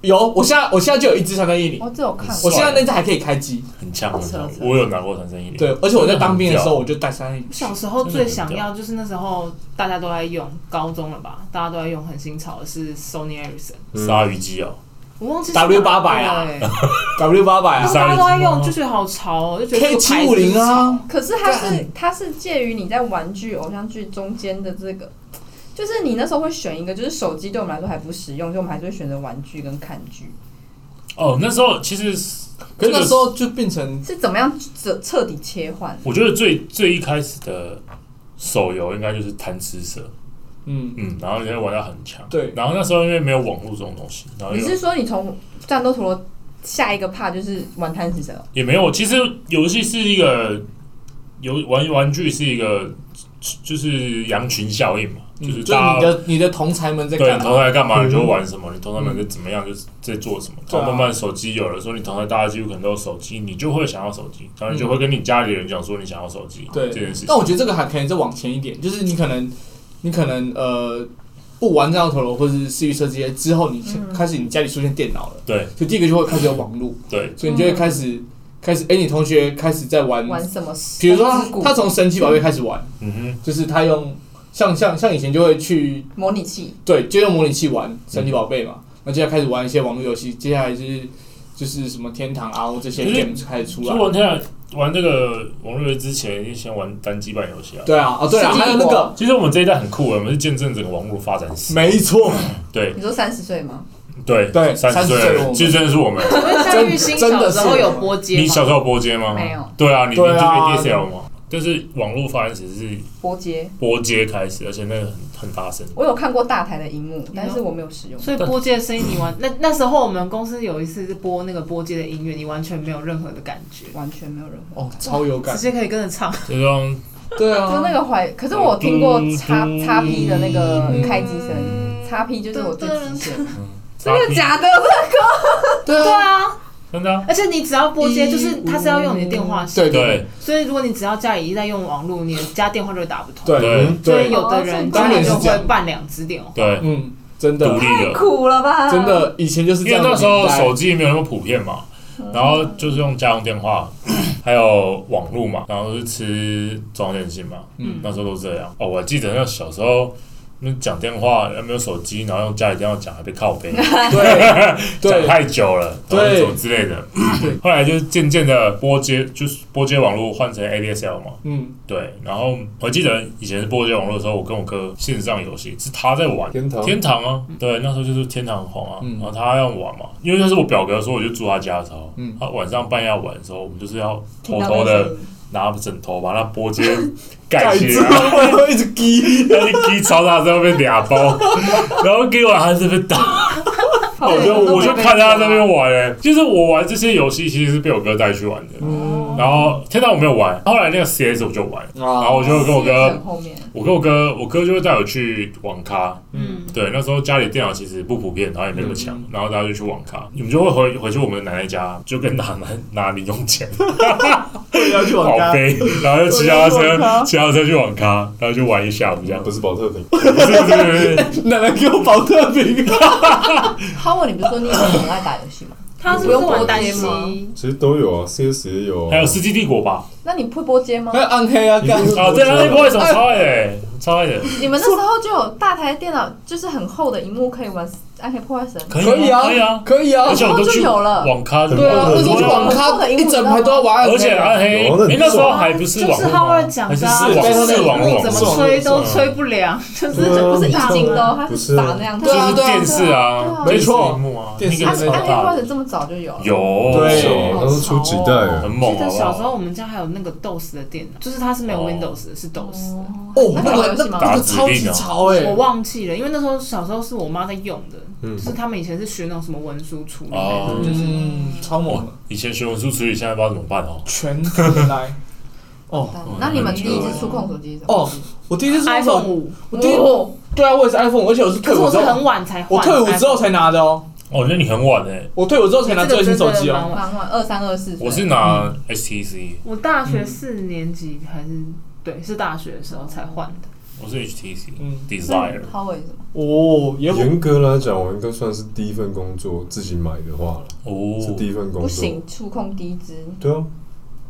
Speaker 1: 有，我现在我现在就有一只三三一零，
Speaker 4: 哦我只有看
Speaker 1: 我
Speaker 4: 过
Speaker 1: 现在那只还可以开机，
Speaker 2: 很强很强
Speaker 4: 哦是，是
Speaker 2: 我有拿过三三一零。啊
Speaker 1: 对，而且我在当兵的时候
Speaker 2: 真的
Speaker 1: 我就带三三一零，
Speaker 5: 小时候最想要就是那时候大家都在用，高中了吧，大家都在用，很新潮的是 Sony Ericsson，
Speaker 1: 嗯
Speaker 2: 很屌鲨鱼机哦，
Speaker 5: 我忘记
Speaker 1: W800 啊 <laughs>
Speaker 5: 对，
Speaker 1: W 八百
Speaker 5: 然后
Speaker 1: 啊
Speaker 5: 大家都在
Speaker 2: 鲨鱼机吗
Speaker 5: 用，就觉得好潮哦，就觉得
Speaker 1: K
Speaker 5: 这个牌
Speaker 1: 七
Speaker 5: 子
Speaker 1: 五零啊，
Speaker 4: 可是它是它是介于你在玩具、偶像剧中间的这个，就是你那时候会选一个，就是手机对我们来说还不实用，所以我们还是会选择玩具跟看剧。
Speaker 2: 哦，那时候其实
Speaker 1: 可是那
Speaker 2: 这个
Speaker 1: 时候就变成
Speaker 4: 是怎么样彻彻底切换？
Speaker 2: 我觉得最最一开始的手游应该就是贪吃蛇，
Speaker 1: 嗯，
Speaker 2: 嗯，然后你会玩到很强。
Speaker 1: 对
Speaker 2: 然后那时候因为没有网络这种东西，然后
Speaker 4: 你
Speaker 2: 又
Speaker 4: 是说你从战斗陀螺下一个怕就是玩贪食蛇？
Speaker 2: 也没有。其实游戏是一个游玩玩具是一个就是羊群效应嘛，
Speaker 1: 嗯
Speaker 2: 就是
Speaker 1: 就
Speaker 2: 大
Speaker 1: 你
Speaker 2: 家。
Speaker 1: 的你的同才们在
Speaker 2: 对
Speaker 1: 干
Speaker 2: 你
Speaker 1: 嘛？
Speaker 2: 投胎干嘛，
Speaker 3: 嗯
Speaker 2: 你就玩什么；你投胎们就怎么样，就是在做什么。
Speaker 1: 对
Speaker 2: 然
Speaker 1: 啊
Speaker 2: 后慢慢手机有了，说你投胎大家几乎可能都有手机，你就会想要手机，然后你就
Speaker 1: 嗯
Speaker 2: 会跟你家里人讲说你想要手机
Speaker 1: 对哦
Speaker 2: 这件事情
Speaker 1: 但。我觉得这个还可以再往前一点，就是你可能，你可能呃不玩这样的陀螺或者是私域车这些之后，你
Speaker 4: 嗯
Speaker 1: 开始你家里出现电脑了，
Speaker 2: 对
Speaker 1: 所以第一个就会开始有网络，
Speaker 2: 对，
Speaker 1: 所以你就会开始、开始，哎、你同学开始在玩，
Speaker 4: 嗯玩什么？
Speaker 1: 嗯比如说他
Speaker 4: 风之谷
Speaker 1: 他从神奇宝贝开始玩，
Speaker 2: 嗯哼，
Speaker 1: 就是他用像像像以前就会去
Speaker 4: 模拟器，
Speaker 1: 对，就用模拟器玩神奇宝贝嘛，那、接下来开始玩一些网络游戏，接下来就是就是什么天堂啊或这些
Speaker 2: 可是
Speaker 1: game 开始出
Speaker 2: 所以
Speaker 1: 来。
Speaker 2: 玩天玩这个网络游戏之前，就先玩单机版游戏啊。
Speaker 1: 对啊，哦对啊，
Speaker 4: 世纪
Speaker 1: 还有那
Speaker 4: 帝
Speaker 1: 个，
Speaker 2: 其实我们这一代很酷欸，我们是见证整个网络发展史。
Speaker 1: 没错，
Speaker 2: <laughs> 对
Speaker 4: 你说三十岁吗？
Speaker 2: 对
Speaker 1: 对
Speaker 2: 三十
Speaker 1: 30岁
Speaker 2: 岁
Speaker 1: 的我
Speaker 2: 了，
Speaker 1: 们
Speaker 2: 其实真的是我们。
Speaker 5: 请问夏玉兴
Speaker 1: 真真
Speaker 5: 小
Speaker 1: 的是
Speaker 5: 时候有波接吗？
Speaker 2: 你小时候有波接吗？
Speaker 4: 没有。
Speaker 2: 对啊，你你就
Speaker 1: 对
Speaker 2: 是
Speaker 1: 啊
Speaker 2: ADSL 吗？但是网络发展史是
Speaker 4: 波接，
Speaker 2: 波接开始，而且那个很很大声。
Speaker 4: 我有看过大台的荧幕，但是我没有使用。
Speaker 5: 所以波接的声音你完那那时候我们公司有一次是播那个波接的音乐，你完全没有任何的感觉，
Speaker 4: 完全没有任何。
Speaker 1: 哦，超有
Speaker 5: 直
Speaker 1: 感，
Speaker 5: 接可以跟着唱。
Speaker 2: 这种
Speaker 1: 对啊，
Speaker 4: 就那个怀，可是我有听过叉叉 P 的那个开机声，叉 P 就是我最极限。
Speaker 2: 真
Speaker 4: 真的假的？
Speaker 1: 对
Speaker 5: 对
Speaker 1: 啊，
Speaker 5: 啊，
Speaker 2: 真的啊
Speaker 5: 而且你只要波接，就是它是要用你的电话
Speaker 1: 对
Speaker 2: 嗯
Speaker 5: 线，
Speaker 2: 对
Speaker 5: 所以如果你只要家里一直在用网络，你的家电话就会打不通。
Speaker 1: 对啊嗯
Speaker 2: 对
Speaker 5: 所以
Speaker 1: 对，
Speaker 5: 有的人
Speaker 1: 当
Speaker 5: 家
Speaker 1: 然
Speaker 5: 里
Speaker 1: 是
Speaker 5: 就
Speaker 1: 这
Speaker 5: 会
Speaker 1: 样
Speaker 5: 办两只电话。
Speaker 2: 对，
Speaker 1: 嗯，真的
Speaker 2: 独立了。
Speaker 4: 苦了吧
Speaker 1: 真。的，以前就是这
Speaker 2: 因为
Speaker 1: 样的年
Speaker 2: 那时
Speaker 1: 代。
Speaker 2: 候手机没有那么普遍嘛，
Speaker 4: 嗯
Speaker 2: 然后就是用家用电话， <clears throat> 还有网络嘛，然后是吃中央电信嘛，
Speaker 1: 嗯
Speaker 2: 那时候都这样。哦，我还记得那小时候。那讲电话又没有手机，然后用家里电话讲还被靠背，
Speaker 1: <laughs> 对
Speaker 2: 讲
Speaker 1: 对
Speaker 2: 太久了，然后
Speaker 1: 对
Speaker 2: 什么之类的。 <clears throat> 后来就是渐渐的拨接，就是拨接网络换成 ADSL 嘛，
Speaker 1: 嗯，
Speaker 2: 对。然后我记得以前是拨接网络的时候，我跟我哥线上游戏是他在玩，
Speaker 3: 天堂
Speaker 2: 天堂啊，对，那时候就是天堂红啊，
Speaker 1: 嗯
Speaker 2: 然后他要玩嘛，因为那是我表哥说，我就住他家的时候，
Speaker 1: 嗯
Speaker 2: 他晚上半夜要玩的时候，我们就是要
Speaker 4: 听
Speaker 2: 偷
Speaker 4: 到
Speaker 2: 偷
Speaker 4: 那声
Speaker 2: 的
Speaker 4: 音
Speaker 2: 拿枕头把那波接盖起来，
Speaker 1: 后一直滴，
Speaker 2: 然后就踢超大在后面俩包，然后给我还是被打，
Speaker 4: 好
Speaker 2: 我就
Speaker 4: 我都
Speaker 2: 我
Speaker 4: 没
Speaker 2: 就
Speaker 4: 被
Speaker 2: 看他
Speaker 4: 抓
Speaker 2: 在那
Speaker 1: 啊
Speaker 2: 边玩哎、就是我玩这些游戏其实是被我哥带去玩的，
Speaker 1: 哦
Speaker 2: 然后天堂我没有玩，后来那个 CS 我就玩，然后我就跟我
Speaker 4: 是
Speaker 2: 哥
Speaker 4: 很，后面，
Speaker 2: 我跟我哥，我哥就会带我去网咖，
Speaker 5: 嗯，
Speaker 2: 对，那时候家里电脑其实不普遍，然后也没那么
Speaker 1: 嗯
Speaker 2: 强，然后大家就去网咖，你们就会回回去我们的奶奶家，就跟拿拿 <laughs> 拿零用钱
Speaker 1: 要去
Speaker 2: 跑
Speaker 1: 网咖，
Speaker 2: 飞，然后就骑
Speaker 1: 我
Speaker 2: 脚踏
Speaker 1: 要去网咖
Speaker 2: 车，骑脚踏车去网咖，然后就玩一下午
Speaker 1: <laughs>
Speaker 2: 这样。
Speaker 3: 不
Speaker 2: 不是
Speaker 3: 是保特瓶，
Speaker 2: 不是不是不是，
Speaker 1: 奶奶给我保特瓶，
Speaker 4: 浩文，你不是说你以前很爱打游戏吗？
Speaker 5: 他是
Speaker 4: 不
Speaker 5: 不是
Speaker 4: 用
Speaker 5: 玩
Speaker 4: 多担
Speaker 5: 街
Speaker 4: 心
Speaker 5: 吗？
Speaker 3: 其实都有啊，CS 也有、啊，
Speaker 2: 还有《世纪帝国》
Speaker 1: <laughs>
Speaker 2: 吧？
Speaker 4: 那你会播街吗
Speaker 1: 还？有暗黑啊，
Speaker 3: 一定
Speaker 1: 干
Speaker 3: 是
Speaker 2: 啊，对啊，那部为什么超爱的、欸超爱的，
Speaker 4: 你们那时候就有大台电脑，就是很厚的荧幕可以玩《暗黑破坏神》。
Speaker 1: 可以
Speaker 2: 可以
Speaker 1: 啊
Speaker 2: 啊，，
Speaker 1: 可以啊
Speaker 2: 而，且我们都去
Speaker 4: 那时候就有了
Speaker 2: 网咖
Speaker 3: 对
Speaker 1: 对啊，那时候去网
Speaker 4: 我
Speaker 1: 咖
Speaker 4: 的荧幕
Speaker 1: 一整排都要玩暗黑啊，
Speaker 2: 而且暗黑，
Speaker 3: 有啊那很
Speaker 2: 哎，那时
Speaker 3: 爽
Speaker 2: 候
Speaker 3: 啊
Speaker 2: 还不是
Speaker 5: 就
Speaker 2: 网
Speaker 5: 是
Speaker 2: 络
Speaker 5: 他
Speaker 2: 吗
Speaker 5: 为了讲的、啊，
Speaker 2: 还是
Speaker 1: 对
Speaker 2: 网
Speaker 1: 是
Speaker 2: 是网
Speaker 1: 网
Speaker 2: 络
Speaker 1: 络
Speaker 5: 怎
Speaker 1: 是
Speaker 5: 么
Speaker 1: 网
Speaker 5: 吹都
Speaker 2: 是
Speaker 5: 吹不凉，就是
Speaker 3: 对啊
Speaker 4: 不是一
Speaker 5: 打
Speaker 4: 镜的哦，它
Speaker 3: 不
Speaker 4: 是
Speaker 3: 是
Speaker 4: 打那样子。
Speaker 1: 对啊
Speaker 2: 就是电视啊，
Speaker 1: 对啊对啊
Speaker 2: 电视
Speaker 1: 没错
Speaker 2: 荧幕啊，那
Speaker 1: 电视
Speaker 2: 个
Speaker 4: 暗
Speaker 2: 超
Speaker 4: 黑暗黑破
Speaker 2: 大
Speaker 4: 坏
Speaker 2: 的，
Speaker 4: 神这么早就有了。
Speaker 2: 有，
Speaker 3: 对啊
Speaker 1: 对
Speaker 3: 它都出几代啊
Speaker 4: 哦
Speaker 2: 很
Speaker 3: 了，
Speaker 2: 猛
Speaker 5: 记得
Speaker 2: 好
Speaker 5: 小
Speaker 2: 不
Speaker 5: 时
Speaker 2: 好
Speaker 5: 候我们家还有那个 DOS E 的电脑，就是它是没有
Speaker 2: 哦
Speaker 5: Windows 的，是 DOS E 的。
Speaker 1: 哦，
Speaker 4: 那
Speaker 1: 那
Speaker 4: 个
Speaker 1: 个那
Speaker 4: 游戏吗
Speaker 1: 那个超
Speaker 2: 啊
Speaker 1: 级潮哎，
Speaker 5: 我忘记了，因为那时候小时候是我妈在用的，
Speaker 3: 嗯
Speaker 5: 就是他们以前是学那种什么文书处理那
Speaker 2: 哦
Speaker 5: 种，就是
Speaker 1: 嗯，超猛的，
Speaker 2: 以前学文书处理，现在不知道怎么办哦。
Speaker 1: 全回来。哦，
Speaker 2: 嗯
Speaker 4: 那你们第一次触控手机是什么？
Speaker 1: 哦，我第一次是
Speaker 5: iPhone 五，
Speaker 1: 我第一
Speaker 4: 哦
Speaker 1: 对啊，我也是 iPhone，而且我是退
Speaker 5: 可是
Speaker 1: 伍
Speaker 5: 我
Speaker 1: 之
Speaker 5: 是
Speaker 1: 后，
Speaker 5: 很晚才换，
Speaker 1: 我退伍之后才拿的哦，
Speaker 2: 哦，那你很晚哎，
Speaker 1: 我退伍之后才拿最新手机
Speaker 5: 哎这个真的蛮
Speaker 1: 哦。
Speaker 5: 晚
Speaker 4: 蛮晚二三二四岁。
Speaker 2: 我是拿 E HTC，
Speaker 5: 我大学四年级还是对，是大学的时候才换的。
Speaker 2: 我是 HTC
Speaker 1: 嗯
Speaker 2: Desire，
Speaker 4: 他为什么？
Speaker 1: 哦，也
Speaker 3: 严格来讲，我应该算是第一份工作自己买的话了，是
Speaker 2: 哦，
Speaker 3: 第一份工
Speaker 4: 不
Speaker 3: 作。
Speaker 4: 行，触控低支，
Speaker 3: 对啊，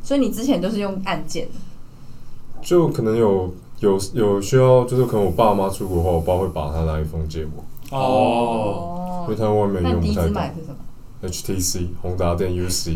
Speaker 4: 所以你之前都是用按键。
Speaker 3: 就可能有有有需要，就是可能我爸妈出国的话，我爸会把他的 iPhone 借我，
Speaker 2: 哦
Speaker 4: <laughs> 哦
Speaker 3: 因为他外面
Speaker 4: 那
Speaker 3: 用
Speaker 4: 你第一
Speaker 3: 不太
Speaker 4: 支
Speaker 3: 到
Speaker 4: 买。的是什么？
Speaker 3: HTC、宏达电、UC，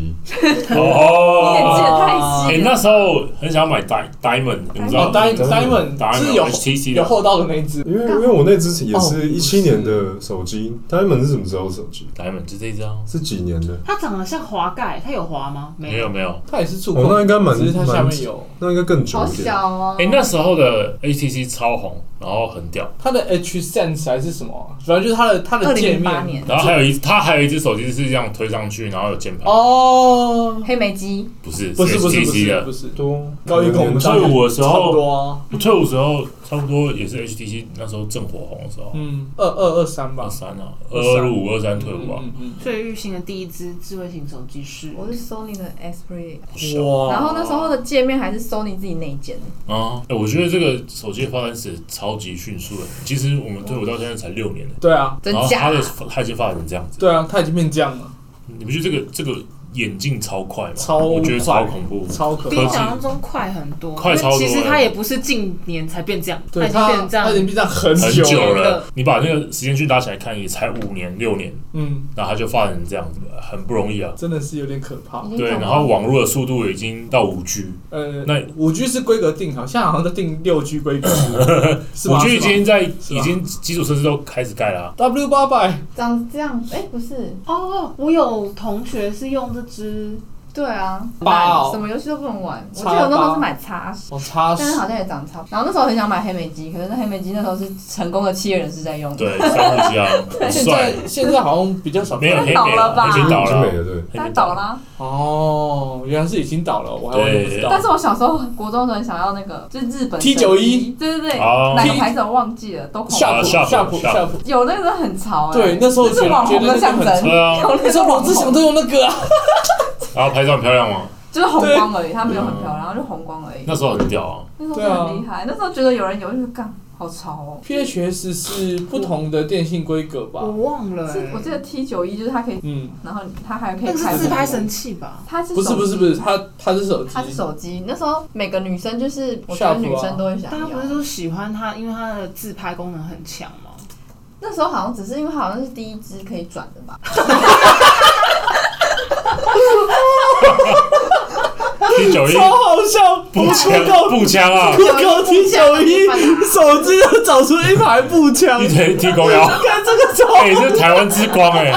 Speaker 4: 眼界
Speaker 2: 哦，
Speaker 4: 太
Speaker 2: 哎，
Speaker 4: 细
Speaker 2: 那
Speaker 4: 了。
Speaker 2: 时候很想买 Di- Diamond，你们知道
Speaker 1: 哦
Speaker 2: 吗
Speaker 1: ，Diamond
Speaker 2: Diamond，
Speaker 1: Diamond 是有
Speaker 2: HTC 的
Speaker 1: 有厚道的那一只，
Speaker 3: 因为因为我那只是也
Speaker 1: 哦
Speaker 3: 是一七年的手机，他们是什么时候的手机？
Speaker 2: Diamond 就这一张，
Speaker 3: 是几年的？
Speaker 5: 它长得像滑盖，它有滑吗？
Speaker 2: 没有
Speaker 5: 有。
Speaker 2: 没有。
Speaker 1: 它也是触控，
Speaker 3: 哦，那应该蛮
Speaker 1: 只是它下
Speaker 3: 蛮
Speaker 1: 面，有
Speaker 3: 那应该更久
Speaker 4: 好
Speaker 3: 一点。
Speaker 4: 小哦。
Speaker 2: 哎，那时候的 HTC 超红，然后很屌，
Speaker 1: 它的 H Sense 还是什么啊，反正就是它的它
Speaker 4: 二
Speaker 1: 的
Speaker 4: 零
Speaker 1: 界
Speaker 4: 零八
Speaker 1: 面。
Speaker 4: 年
Speaker 2: 然后还有一，它还有一只手机是这样推上去，然后有键盘，
Speaker 1: 哦，
Speaker 4: 黑莓机，
Speaker 2: 不是，
Speaker 1: 不是不是不
Speaker 2: HTC
Speaker 1: 是
Speaker 2: 的
Speaker 1: 不。是，
Speaker 3: 多
Speaker 1: 高一跟我们
Speaker 2: 退伍的时
Speaker 1: 差不
Speaker 2: 候，
Speaker 1: 多啊，
Speaker 2: 我退伍时候差不多也是 HTC 那时候正火红的时候，
Speaker 1: 嗯，二二二三
Speaker 2: 二
Speaker 1: 吧，
Speaker 2: 三啊，二二五二三退伍啊，
Speaker 1: 嗯嗯
Speaker 5: 最玉兴的第一只智慧型手机是，
Speaker 4: 我是 Sony 的 Xperia，
Speaker 1: 嗯
Speaker 2: 不小
Speaker 1: 哇，
Speaker 4: 然后那时候的界面还是 Sony 自己内建的。
Speaker 2: 啊！哎，我觉得这个手机的发展史超级迅速的。其实我们退伍到现在才六年呢，
Speaker 1: 对啊
Speaker 4: 真
Speaker 2: 然后
Speaker 4: 假
Speaker 2: 它？的它已经发展成这样子，
Speaker 1: 对啊，它已经变这样了，
Speaker 2: 你不觉得这个这个眼镜超快吗？
Speaker 1: 超
Speaker 2: 我觉得
Speaker 1: 快
Speaker 2: 超恐怖。
Speaker 1: 超可
Speaker 5: 比
Speaker 1: 怕
Speaker 2: 科技
Speaker 5: 想。象中快很多。
Speaker 2: 快超多
Speaker 5: 因为其实
Speaker 2: 了
Speaker 5: 它也不是近年才变这样，它
Speaker 1: 对
Speaker 5: 已经
Speaker 1: 它
Speaker 5: 变成这
Speaker 1: 它已经
Speaker 5: 样。
Speaker 1: 变这样很
Speaker 2: 很
Speaker 1: 久
Speaker 2: 久
Speaker 1: 了，
Speaker 2: 了，你把那个时间去拉起来看，也才五年六年，
Speaker 1: 嗯，
Speaker 2: 然后它就发展成这样子，很不容易啊。
Speaker 1: 真的是有点可怕。
Speaker 4: 已经
Speaker 2: 对，
Speaker 4: 长
Speaker 2: 然
Speaker 4: 得
Speaker 2: 后网络的速度已经到五 G，
Speaker 1: 呃，
Speaker 2: 那
Speaker 1: 五 G 是规格定好，现在好像在定六 G 规
Speaker 2: <laughs>
Speaker 1: 格，是
Speaker 2: 五
Speaker 1: 吗？
Speaker 2: G 已经在
Speaker 1: 是吗
Speaker 2: 已经基础设施都开始盖了啊、
Speaker 1: W 八百，
Speaker 4: 长这样，哎，不是，
Speaker 5: 哦，我有同学是用这只，
Speaker 4: 对啊，
Speaker 1: 八哦
Speaker 4: 什么游戏都不能玩。我记
Speaker 1: 叉
Speaker 4: 得我那时候
Speaker 1: 八
Speaker 4: 是买叉十，
Speaker 1: 哦，叉
Speaker 4: 但是
Speaker 1: 十
Speaker 4: 好像也长差不多。然后那时候很想买黑莓机，可是那黑莓机那时候是成功的企业人士在用的。
Speaker 2: 对，三户机啊，很
Speaker 1: 现在
Speaker 2: 帅，
Speaker 1: 现在好像比较少
Speaker 2: 没有
Speaker 1: 看
Speaker 2: 黑莓
Speaker 4: 倒了吧
Speaker 2: 已经倒了
Speaker 3: 已经
Speaker 2: 啊，
Speaker 3: 没了，对。
Speaker 2: 黑莓
Speaker 4: 但倒啦、
Speaker 1: 哦，原来是已经倒了，我还完全不知
Speaker 2: 对
Speaker 1: 道
Speaker 4: 但。是我小时候国中的时候很想要那个，就是日本
Speaker 1: T91
Speaker 4: 对对对，
Speaker 2: 哦
Speaker 4: 哪个牌子我忘记了，都红。
Speaker 1: 夏普
Speaker 2: 啊
Speaker 1: 夏
Speaker 2: 夏
Speaker 1: 普
Speaker 2: 普
Speaker 1: 夏普，
Speaker 4: 有那个很潮哎、
Speaker 1: 对，那时候
Speaker 4: 这是网红的象征。
Speaker 2: 对啊，
Speaker 4: 有
Speaker 1: 那时候罗志祥都用那个啊，
Speaker 2: 然后拍照很漂亮嘛，
Speaker 4: 就是红光而已，它没有很漂亮，然后就红光而已。
Speaker 2: 那时候很屌啊，
Speaker 4: 那时候真的很厉害，那时候觉得有人有就是干好潮哦。
Speaker 1: PHS 是不同的电信规格吧
Speaker 5: 我？忘了、
Speaker 4: 是
Speaker 5: 欸，
Speaker 4: 我记得 T 九一就是它可以，
Speaker 1: 嗯，
Speaker 4: 然后它还可
Speaker 5: 那
Speaker 4: 以
Speaker 5: 个
Speaker 4: 开
Speaker 5: 是自
Speaker 4: 门
Speaker 5: 拍神器吧？
Speaker 4: 它是
Speaker 1: 不是
Speaker 4: 手
Speaker 1: 不是
Speaker 4: 机
Speaker 1: 不是，它它是手机，
Speaker 4: 它是手机。那时候每个女生就是，我
Speaker 1: 啊
Speaker 4: 觉得女生都会想
Speaker 5: 大家不是
Speaker 4: 要。
Speaker 5: 都喜欢它，因为它的自拍功能很强吗？
Speaker 4: 那时候好像只是因为好像是第一支可以转的吧，
Speaker 2: 第九一
Speaker 1: 超好笑，
Speaker 2: 步
Speaker 1: 我
Speaker 2: 枪
Speaker 1: 出够
Speaker 2: 步枪啊，
Speaker 1: Q 提九一，手机就找出一排步枪
Speaker 2: 一，推踢狗腰，
Speaker 1: 看这个超
Speaker 2: 哎，这台湾之光哎，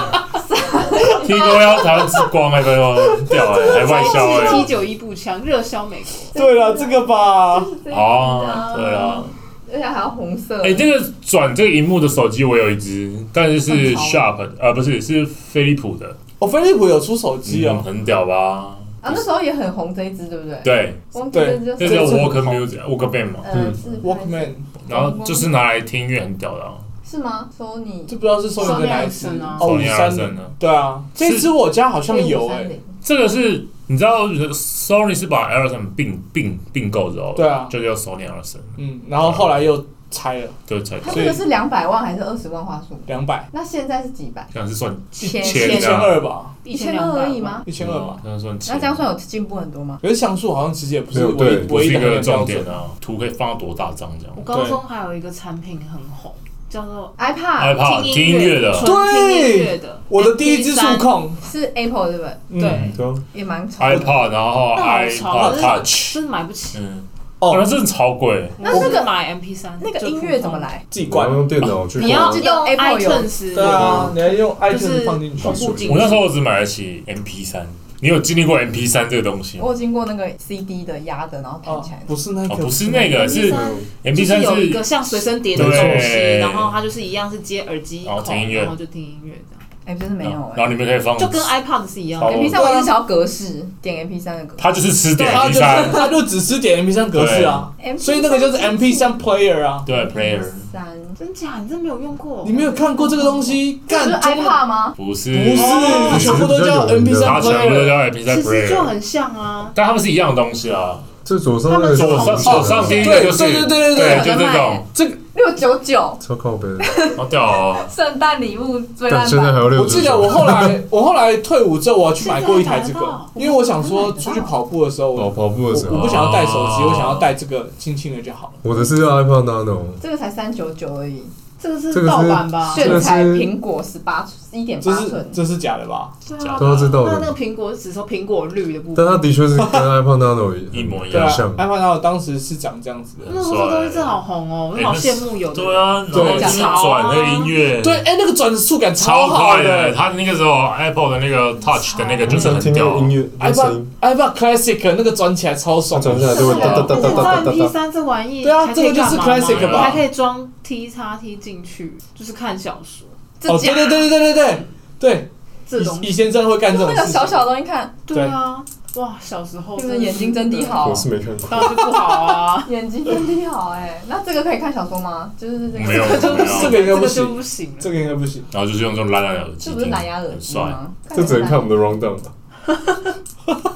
Speaker 2: 踢狗腰台湾之光哎，朋友很屌哎，还外销
Speaker 5: 七
Speaker 2: 哎，
Speaker 5: 九一步枪热销美国，
Speaker 1: 对了，这个吧，
Speaker 2: 哦，对啊，
Speaker 4: 而且还要红色。
Speaker 2: 哎，这个转这个荧幕的手机我有一只，但是是 Sharp 呃不是是飞利浦的，
Speaker 1: 哦，飞利浦有出手机
Speaker 2: 嗯
Speaker 1: 哦，
Speaker 2: 很屌吧？
Speaker 4: 啊，那时候也很红这一支，对不对？
Speaker 2: 对，
Speaker 4: 忘记这支
Speaker 1: 对
Speaker 2: 这叫
Speaker 4: 是
Speaker 2: Walker Music 啊 Walker Band 嘛，
Speaker 4: 呃
Speaker 3: 嗯
Speaker 4: 自拍
Speaker 1: Walkman
Speaker 2: 然后就是拿来听音乐很屌的啊，
Speaker 4: 是吗？Sony
Speaker 1: 就不知道是索尼的哪一支
Speaker 5: Sony Ericsson 啊
Speaker 1: 哦，五
Speaker 2: Sony
Speaker 1: 三
Speaker 2: Ericsson 啊
Speaker 1: 对啊，这支我家好像有哎、
Speaker 4: A530
Speaker 2: 这个是你知道，Sony 是把 Ericsson 并并并购之后，
Speaker 1: 对啊
Speaker 2: 就叫 Sony Ericsson。
Speaker 1: 嗯，然后后来又拆了
Speaker 2: 对，才
Speaker 4: 他
Speaker 1: 所
Speaker 4: 那
Speaker 1: 以
Speaker 4: 个是两百万还是二十万话术？
Speaker 1: 两百
Speaker 4: 那现在是几百？
Speaker 2: 像是算
Speaker 4: 千
Speaker 1: 一
Speaker 2: 千
Speaker 1: 千
Speaker 2: 啊，嗯
Speaker 1: 二吧，
Speaker 4: 一
Speaker 5: 一
Speaker 4: 千
Speaker 5: 两
Speaker 4: 二
Speaker 5: 百
Speaker 4: 而已？吗？
Speaker 1: 一千二吧。
Speaker 2: 那算千。
Speaker 4: 那这样算有进步很多吗？
Speaker 1: 可是像素好像其实也不是
Speaker 3: 没有
Speaker 1: 唯
Speaker 3: 对
Speaker 1: 唯
Speaker 2: 不
Speaker 1: 一
Speaker 2: 是一
Speaker 1: 的衡
Speaker 2: 个
Speaker 1: 量
Speaker 2: 重
Speaker 1: 标
Speaker 2: 点
Speaker 1: 准。
Speaker 2: 啊，图可以放到多大张这样
Speaker 5: 我？高中还有一个产品很红，叫做
Speaker 4: iPad
Speaker 2: iPad 啊听音乐的
Speaker 5: 纯听音乐的。
Speaker 1: 我的第一支触
Speaker 5: MP3
Speaker 1: 控，
Speaker 4: 是 Apple 对不对？
Speaker 1: 嗯
Speaker 5: 对
Speaker 3: 对啊，
Speaker 4: 也蛮丑的。
Speaker 2: iPad，然后
Speaker 5: 那 <laughs> 哎好
Speaker 2: iPad
Speaker 5: 潮，真
Speaker 2: Touch，
Speaker 5: 是真的买不起。
Speaker 2: 嗯，哦，那
Speaker 1: 哦，
Speaker 2: 真的超贵，
Speaker 4: 那那
Speaker 5: 我
Speaker 4: 个
Speaker 5: 是买 MP 三，
Speaker 4: 那个音乐怎么？来？
Speaker 1: 自己
Speaker 3: 我
Speaker 1: 关
Speaker 2: 嗯
Speaker 3: 要。用电脑去
Speaker 5: 你要
Speaker 3: 看
Speaker 4: 记
Speaker 5: 用
Speaker 3: 啊。
Speaker 4: 得 Apple 有
Speaker 5: iTunes，
Speaker 1: 对啊，你要用
Speaker 5: 就
Speaker 1: iTunes
Speaker 5: 是
Speaker 1: 放进去
Speaker 5: 同。步进去。
Speaker 2: 我那时候只买得起 MP 三，你有经历过 MP 三这个东西
Speaker 4: 我
Speaker 2: 吗？
Speaker 4: 有经过那个 CD 的压的，然后弹
Speaker 1: 哦
Speaker 4: 起来，。
Speaker 1: 不是那
Speaker 2: 哦，
Speaker 1: 个，
Speaker 2: 不是那个，是 MP
Speaker 5: 就
Speaker 2: 三
Speaker 5: 是有一
Speaker 2: 是
Speaker 5: 个像随身碟的东西，
Speaker 2: 对
Speaker 5: 然后它就是一样是接耳机
Speaker 2: 哦
Speaker 5: 孔，
Speaker 2: 听音乐
Speaker 5: 然后就听音乐这样，
Speaker 4: 哎，真的没有
Speaker 2: 哦然后
Speaker 4: 哎。
Speaker 2: 里面可以放，
Speaker 5: 就跟 iPod 是一样
Speaker 2: 好
Speaker 5: 的。
Speaker 4: M P 三我是想要格式，点 M P 三的格式。
Speaker 2: 它就是吃点
Speaker 1: 他
Speaker 2: MP
Speaker 1: 就是
Speaker 2: 三，
Speaker 1: 他就只吃点 MP 3格式啊，
Speaker 4: MP3
Speaker 1: 所以那个就是 MP 3 player 啊。
Speaker 2: 对 Player
Speaker 4: 三，
Speaker 5: 真假？你真没有用过？
Speaker 1: 你没有看过这个东西？
Speaker 4: 就
Speaker 1: 干
Speaker 4: 是 iPad 吗？
Speaker 2: 不是
Speaker 1: 不是，全部都叫 MP
Speaker 2: 它
Speaker 1: 3
Speaker 2: 全部都
Speaker 1: player。
Speaker 2: 叫 MP 三
Speaker 5: 其实就
Speaker 2: Player，
Speaker 5: 很像啊。
Speaker 2: 但他们是一样的东西啊。
Speaker 3: 这左上那个
Speaker 2: 左上左上第一个就是就这种，
Speaker 4: 六九九，
Speaker 3: 超靠背的，
Speaker 2: 好屌哦！
Speaker 4: 圣诞礼物最烂
Speaker 3: 但现在还
Speaker 4: 版。
Speaker 3: 有六
Speaker 1: 我
Speaker 3: 只手。
Speaker 1: 记得我后 <laughs> 来我后来退伍之后，我要去买过一台这
Speaker 5: 现在
Speaker 1: 个
Speaker 5: 还买得到，
Speaker 1: 因为我想说出去跑步的时候，
Speaker 3: 跑
Speaker 1: 我
Speaker 3: 跑步
Speaker 1: 我
Speaker 3: 的时
Speaker 1: 我
Speaker 3: 候
Speaker 1: 不，想要带手机，
Speaker 2: 哦
Speaker 1: 我想要带这个轻轻的就好了。
Speaker 3: 我的是 iPad Nano，
Speaker 4: 这个才三九九而已，
Speaker 5: 这个
Speaker 3: 这
Speaker 5: 是
Speaker 3: 个是
Speaker 5: 盗版吧？
Speaker 3: 这
Speaker 4: 炫
Speaker 3: 个是
Speaker 4: 彩苹果十八一点
Speaker 1: 这
Speaker 4: 八
Speaker 1: 啊是
Speaker 4: 寸，
Speaker 1: 这是假的吧？
Speaker 5: 对啊
Speaker 3: 都要知道
Speaker 5: 那那个
Speaker 3: 的。
Speaker 5: 苹果只说苹果绿的部
Speaker 3: 但
Speaker 5: 分。
Speaker 3: 它的确是跟 iPad Nano
Speaker 2: 一模一
Speaker 1: 对
Speaker 2: 样
Speaker 1: 啊
Speaker 3: 很像。嗯
Speaker 1: ，iPhone 然后当时是长这样子的。
Speaker 5: 那时候东西真的好红哦，我好羡慕有的。
Speaker 2: 对啊，然后就是转那个音乐，
Speaker 1: 对，，哎，那个转速感
Speaker 2: 超
Speaker 1: 好
Speaker 2: 快的。他那个时候 Apple 的那个 Touch 的那个
Speaker 3: 我
Speaker 2: 就是
Speaker 3: 想
Speaker 2: 很
Speaker 3: 听那
Speaker 2: 屌
Speaker 3: 个音乐，那声
Speaker 1: iPad
Speaker 3: 音，
Speaker 1: iPad Classic 那个转起来超爽
Speaker 3: 它
Speaker 1: 的，
Speaker 3: 转下来就会哒哒哒哒哒
Speaker 5: 而且
Speaker 3: 哒
Speaker 5: 你知道 MP
Speaker 3: 哒哒。
Speaker 5: 三这玩意，
Speaker 1: 对啊
Speaker 5: 还可以
Speaker 1: 这个就是
Speaker 5: 干嘛吗
Speaker 1: classic
Speaker 2: 吧
Speaker 5: 还可以装 T 叉 T 进去，就是看小说。
Speaker 4: 这
Speaker 1: 哦，
Speaker 4: 假
Speaker 1: 对对对对对对对
Speaker 5: 这东
Speaker 1: 对，以
Speaker 5: 西
Speaker 1: 以前真的会干这
Speaker 4: 就
Speaker 1: 种
Speaker 4: 那个
Speaker 1: 事情
Speaker 4: 小。小的东西看，
Speaker 5: 对啊，哇，小时候
Speaker 4: 你
Speaker 5: 真
Speaker 4: 们
Speaker 5: 的
Speaker 4: 眼睛真的好，
Speaker 3: 我，是没看过，
Speaker 5: 当然是不好啊
Speaker 4: 眼睛真的好哎。那这个可以看小说吗？就是这
Speaker 2: <laughs>
Speaker 4: 个
Speaker 1: 嗯
Speaker 2: 没有
Speaker 4: 这个就
Speaker 2: 没有
Speaker 4: 不行
Speaker 1: 这个应该
Speaker 5: 这
Speaker 1: 不行，
Speaker 5: 个就不行了。
Speaker 1: 这个应该不行。
Speaker 2: 然后就是用这种蓝牙耳机，
Speaker 4: 这不是蓝牙耳机
Speaker 2: 很帅。
Speaker 4: 吗？
Speaker 3: 这只能看我们的 round down。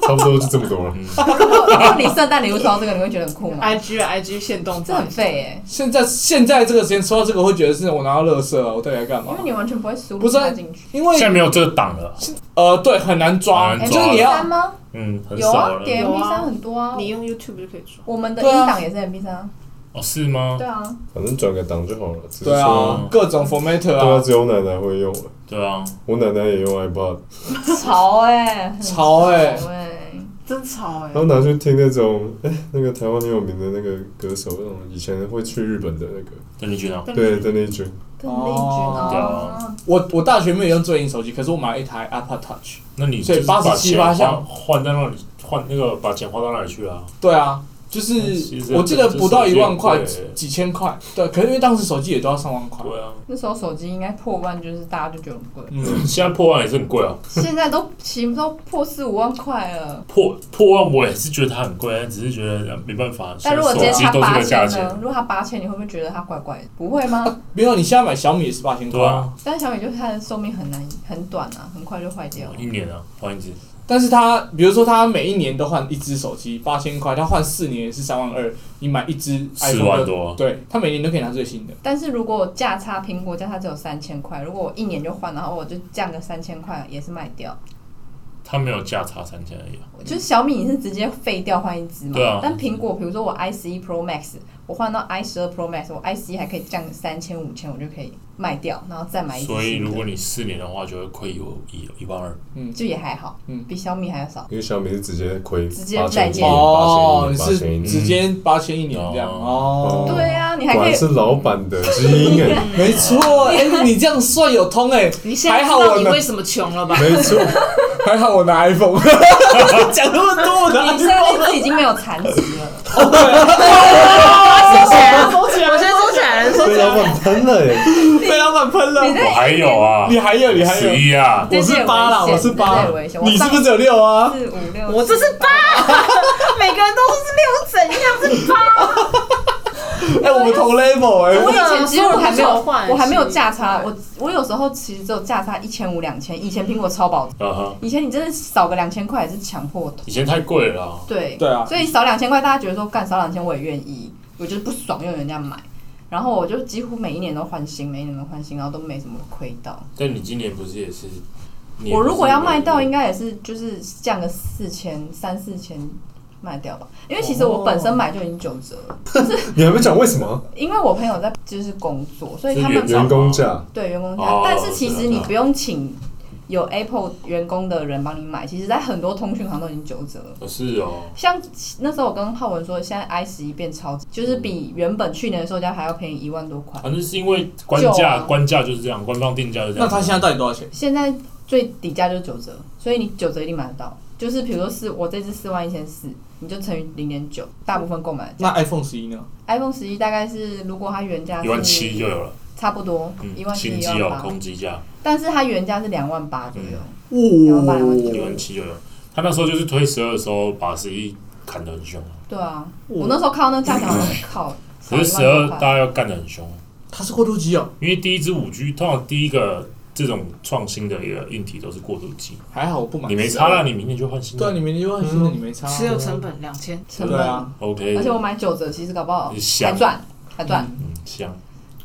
Speaker 3: 差不多就这么多了。
Speaker 4: 如果如果你圣诞礼物收到这个，你会觉得很酷
Speaker 1: 哦
Speaker 4: 吗？
Speaker 5: I G 啊 I G 限动
Speaker 4: 这
Speaker 5: 版
Speaker 4: 很废哎，
Speaker 1: 现在现在这个时间抽到这个，会觉得是我拿到乐色了，我到底在干嘛
Speaker 4: 因为？你完全不会输入
Speaker 1: 不是啊
Speaker 4: 它进去。
Speaker 1: 因为
Speaker 2: 现在没有这个档了，
Speaker 1: 呃，对，很难抓，
Speaker 2: 很难
Speaker 1: 就
Speaker 2: 抓
Speaker 1: 是你
Speaker 4: MP
Speaker 1: 要
Speaker 4: 三吗？
Speaker 2: 嗯，很
Speaker 4: 有
Speaker 2: 少
Speaker 4: 啊，
Speaker 2: 了。
Speaker 4: 点
Speaker 5: 有
Speaker 4: MP
Speaker 5: 啊
Speaker 4: 三很多啊。
Speaker 5: 你用 YouTube 就可以抓。
Speaker 4: 我们的
Speaker 1: 对啊
Speaker 4: 音档也是 MP 三，
Speaker 2: 哦，是吗？
Speaker 4: 对啊，
Speaker 3: 反正转个档就好了。只是
Speaker 1: 对
Speaker 3: 说，
Speaker 1: 啊，各种 format
Speaker 3: 对啊，
Speaker 1: 啊，
Speaker 3: 只有奶奶会用了。
Speaker 2: 对啊，
Speaker 3: 我奶奶也用 iPad，
Speaker 4: 潮哎，很
Speaker 1: 潮哎
Speaker 4: 潮哎，
Speaker 5: 真吵哎、
Speaker 3: 然后拿去听那种哎、那个台湾很有名的那个歌手，那种以前会去日本的那个，
Speaker 2: 邓丽君啊，
Speaker 5: 邓丽
Speaker 3: 对，
Speaker 5: 君
Speaker 3: 邓丽君。
Speaker 4: 邓丽
Speaker 1: 哦
Speaker 4: 君
Speaker 2: 对
Speaker 4: 啊
Speaker 2: 啊，
Speaker 1: 我我大学没有用最新手机，可是我买了一台 iPod Touch。
Speaker 2: 那你
Speaker 1: 所以
Speaker 2: 就是把
Speaker 1: 87
Speaker 2: 钱
Speaker 1: 八
Speaker 2: 花
Speaker 1: 项
Speaker 2: 换在那里，换那个把钱花到那里去啊？
Speaker 1: 对啊，就是
Speaker 2: 哎其实
Speaker 1: 我记得不到一万块
Speaker 2: 这手机很，贵
Speaker 1: 几千块。对，可是因为当时手机也都要上万块。，
Speaker 2: 对啊，
Speaker 4: 那时候手机应该破万，就是大家就觉得很贵
Speaker 1: 嗯，
Speaker 2: 现在破万也是很贵啊，
Speaker 4: 现在都起都破四五万块了。
Speaker 2: 破破万我也是觉得它很贵，只是觉得没办法，
Speaker 4: 但
Speaker 2: 现
Speaker 4: 如
Speaker 2: 在
Speaker 4: 果
Speaker 2: 手
Speaker 4: 今天
Speaker 2: 机
Speaker 4: 它
Speaker 2: 都这
Speaker 4: 八
Speaker 2: 个价
Speaker 4: 千
Speaker 2: 钱
Speaker 4: 呢？，如果它八千，你会不会觉得它怪怪的？不会
Speaker 2: <laughs>
Speaker 4: 吗？
Speaker 1: 没有，你现在买小米也是八千块
Speaker 2: 对，啊，
Speaker 4: 但小米就是它的寿命很难很短啊，很快就坏掉了。
Speaker 2: 一年啊换一只，
Speaker 1: 但是它比如说它每一年都换一只手机，八千块，它换四年也是三万二，你买一只
Speaker 2: 四
Speaker 1: iPhone
Speaker 2: 万
Speaker 1: 就
Speaker 2: 多啊，
Speaker 1: 对，它每年都可以拿最新的。
Speaker 4: 但是如果我价差苹果价差只有三千块，如果我一年就换，然后我就降个三千块也是卖掉。
Speaker 2: 它没有价差三千而已啊，
Speaker 4: 就是小米你是直接废掉换一支嘛，
Speaker 2: 对啊
Speaker 4: 但苹果比如说我 i 十一 Pro Max，我换到 i 十二 Pro Max，我 i 十一还可以降三千五千，我就可以卖掉，然后再买一支新的。
Speaker 2: 所以如果你四年的话，就会亏有一一万二，
Speaker 4: 就也还好，
Speaker 1: 嗯
Speaker 4: 比小米还要
Speaker 5: 哦
Speaker 4: 少。
Speaker 3: 因为小米是直接亏
Speaker 4: 直接
Speaker 3: 八
Speaker 4: 再
Speaker 3: 千一
Speaker 4: 见
Speaker 3: 年，
Speaker 1: 哦，你
Speaker 3: 八
Speaker 1: 是
Speaker 3: 千一年，八千一
Speaker 1: 直
Speaker 3: 年。
Speaker 1: 接八千一年这样
Speaker 3: 哦
Speaker 1: 哦。
Speaker 4: 对啊，你还
Speaker 3: 果
Speaker 4: 可以
Speaker 3: 然，是老板的基因
Speaker 4: <laughs>
Speaker 3: 哎，
Speaker 1: 没错，哎、你这样算有通哎、
Speaker 5: 你现在
Speaker 1: 还
Speaker 5: 知
Speaker 1: 好
Speaker 5: 道
Speaker 1: 我
Speaker 5: 你
Speaker 1: 拿，
Speaker 5: 为什么穷了吧？
Speaker 3: 没错，
Speaker 1: 还好我拿 iPhone，讲那么多，我拿
Speaker 4: 你现在那只已经没有残值了。
Speaker 5: 收起来，收起来，我先收起来了，收
Speaker 3: 被哎老板喷了哎，
Speaker 1: 被老板喷了。
Speaker 4: 你
Speaker 2: 我
Speaker 4: 在
Speaker 2: 还有啊，
Speaker 1: 你还有，你还
Speaker 2: 十
Speaker 1: 有，
Speaker 2: 一啊，
Speaker 1: 我是八啦，我是八
Speaker 4: 这也危险，
Speaker 1: 你是不是只有六啊？
Speaker 4: 四五六？
Speaker 5: 我这是八， <laughs> 每个人都是六怎样？这
Speaker 1: 哎、我们同 level 哎、
Speaker 4: 我以前其实我还没有
Speaker 5: 我换，
Speaker 4: 我还没有价差，我我有时候其实只有价差一千五两千。以前苹果超保值，
Speaker 2: 啊哈，
Speaker 4: 以前你真的少个两千块也是强迫的。
Speaker 2: 以前太贵了啊，
Speaker 4: 对
Speaker 1: 对啊
Speaker 4: 所以少两千块，大家觉得说干少两千我也愿意，我就是不爽用人家买。然后我就几乎每一年都换新，每一年都换新，然后都没怎么亏到。
Speaker 6: 但你今年不是也是？你也
Speaker 4: 我
Speaker 6: 不是
Speaker 4: 如果要卖掉，
Speaker 6: 一
Speaker 4: 应
Speaker 6: 个
Speaker 4: 该也是就是降个四千三四千卖掉吧，因为其实我本身买就已经九折了，
Speaker 3: 你还没讲为什么？啊
Speaker 4: 因为我朋友在就是工作，所以他
Speaker 6: 是
Speaker 4: 们
Speaker 6: 原
Speaker 3: 员工价，
Speaker 4: 对员工价，
Speaker 6: 哦
Speaker 4: 但是其
Speaker 6: 知道
Speaker 4: 实你
Speaker 6: 知道
Speaker 4: 不用请有 Apple 员工的人帮你买，其实在很多通讯行都已经九折了。
Speaker 6: 哦是哦，
Speaker 4: 像那时候我跟浩文说，现在 i 十一变超级，就是比
Speaker 2: 嗯
Speaker 4: 原本去年的售价还要便宜一万多块。
Speaker 2: 反正是因为官
Speaker 4: 就
Speaker 2: 价，
Speaker 4: 啊
Speaker 2: 官价就是这样，官方定价就是这
Speaker 1: 那
Speaker 2: 样。
Speaker 1: 他现在到底多少钱？
Speaker 4: 现在最底价就是九折，所以你九折一定买得到。就是比如说是我这只四万一千四，你就乘以零点九，大部分购买的价。
Speaker 1: 那 iPhone 十一呢？
Speaker 4: iPhone 十一大概是如果它原价
Speaker 2: 一万七就有了，
Speaker 4: 差不多
Speaker 6: 嗯
Speaker 4: 一万七
Speaker 2: 新
Speaker 4: 一
Speaker 2: 机
Speaker 4: 万
Speaker 2: 哦，嗯
Speaker 4: 八，
Speaker 2: 空机价
Speaker 4: 但是它原价是两万八左右。两万八两万
Speaker 2: 一
Speaker 1: 哦
Speaker 4: 九
Speaker 2: 万七就有了。他那时候就是推十二的时候，把十一砍得很凶，
Speaker 4: 对啊，
Speaker 1: 嗯
Speaker 4: 我那时候看到那个价钱，我就靠，
Speaker 2: 可是
Speaker 4: 少
Speaker 2: 十
Speaker 4: 一万
Speaker 2: 二
Speaker 4: 多块
Speaker 2: 大家要干得很凶，啊
Speaker 1: 它是过渡机哦，
Speaker 2: 因为第一支五 G 通常第一个这种创新的一个硬体都是过渡机，
Speaker 1: 还好我不买。
Speaker 2: 你没差啦，，你明天就换新
Speaker 1: 对啊，
Speaker 2: 的。
Speaker 1: 你明天就换新的，你没差啊。
Speaker 5: 持有成本两千，
Speaker 4: 成
Speaker 1: 对
Speaker 4: 本，
Speaker 1: 啊，
Speaker 2: OK，
Speaker 4: 而且我买九折，其实搞不好
Speaker 2: 你
Speaker 4: 还
Speaker 2: 香，
Speaker 4: 赚还赚。
Speaker 2: 嗯，香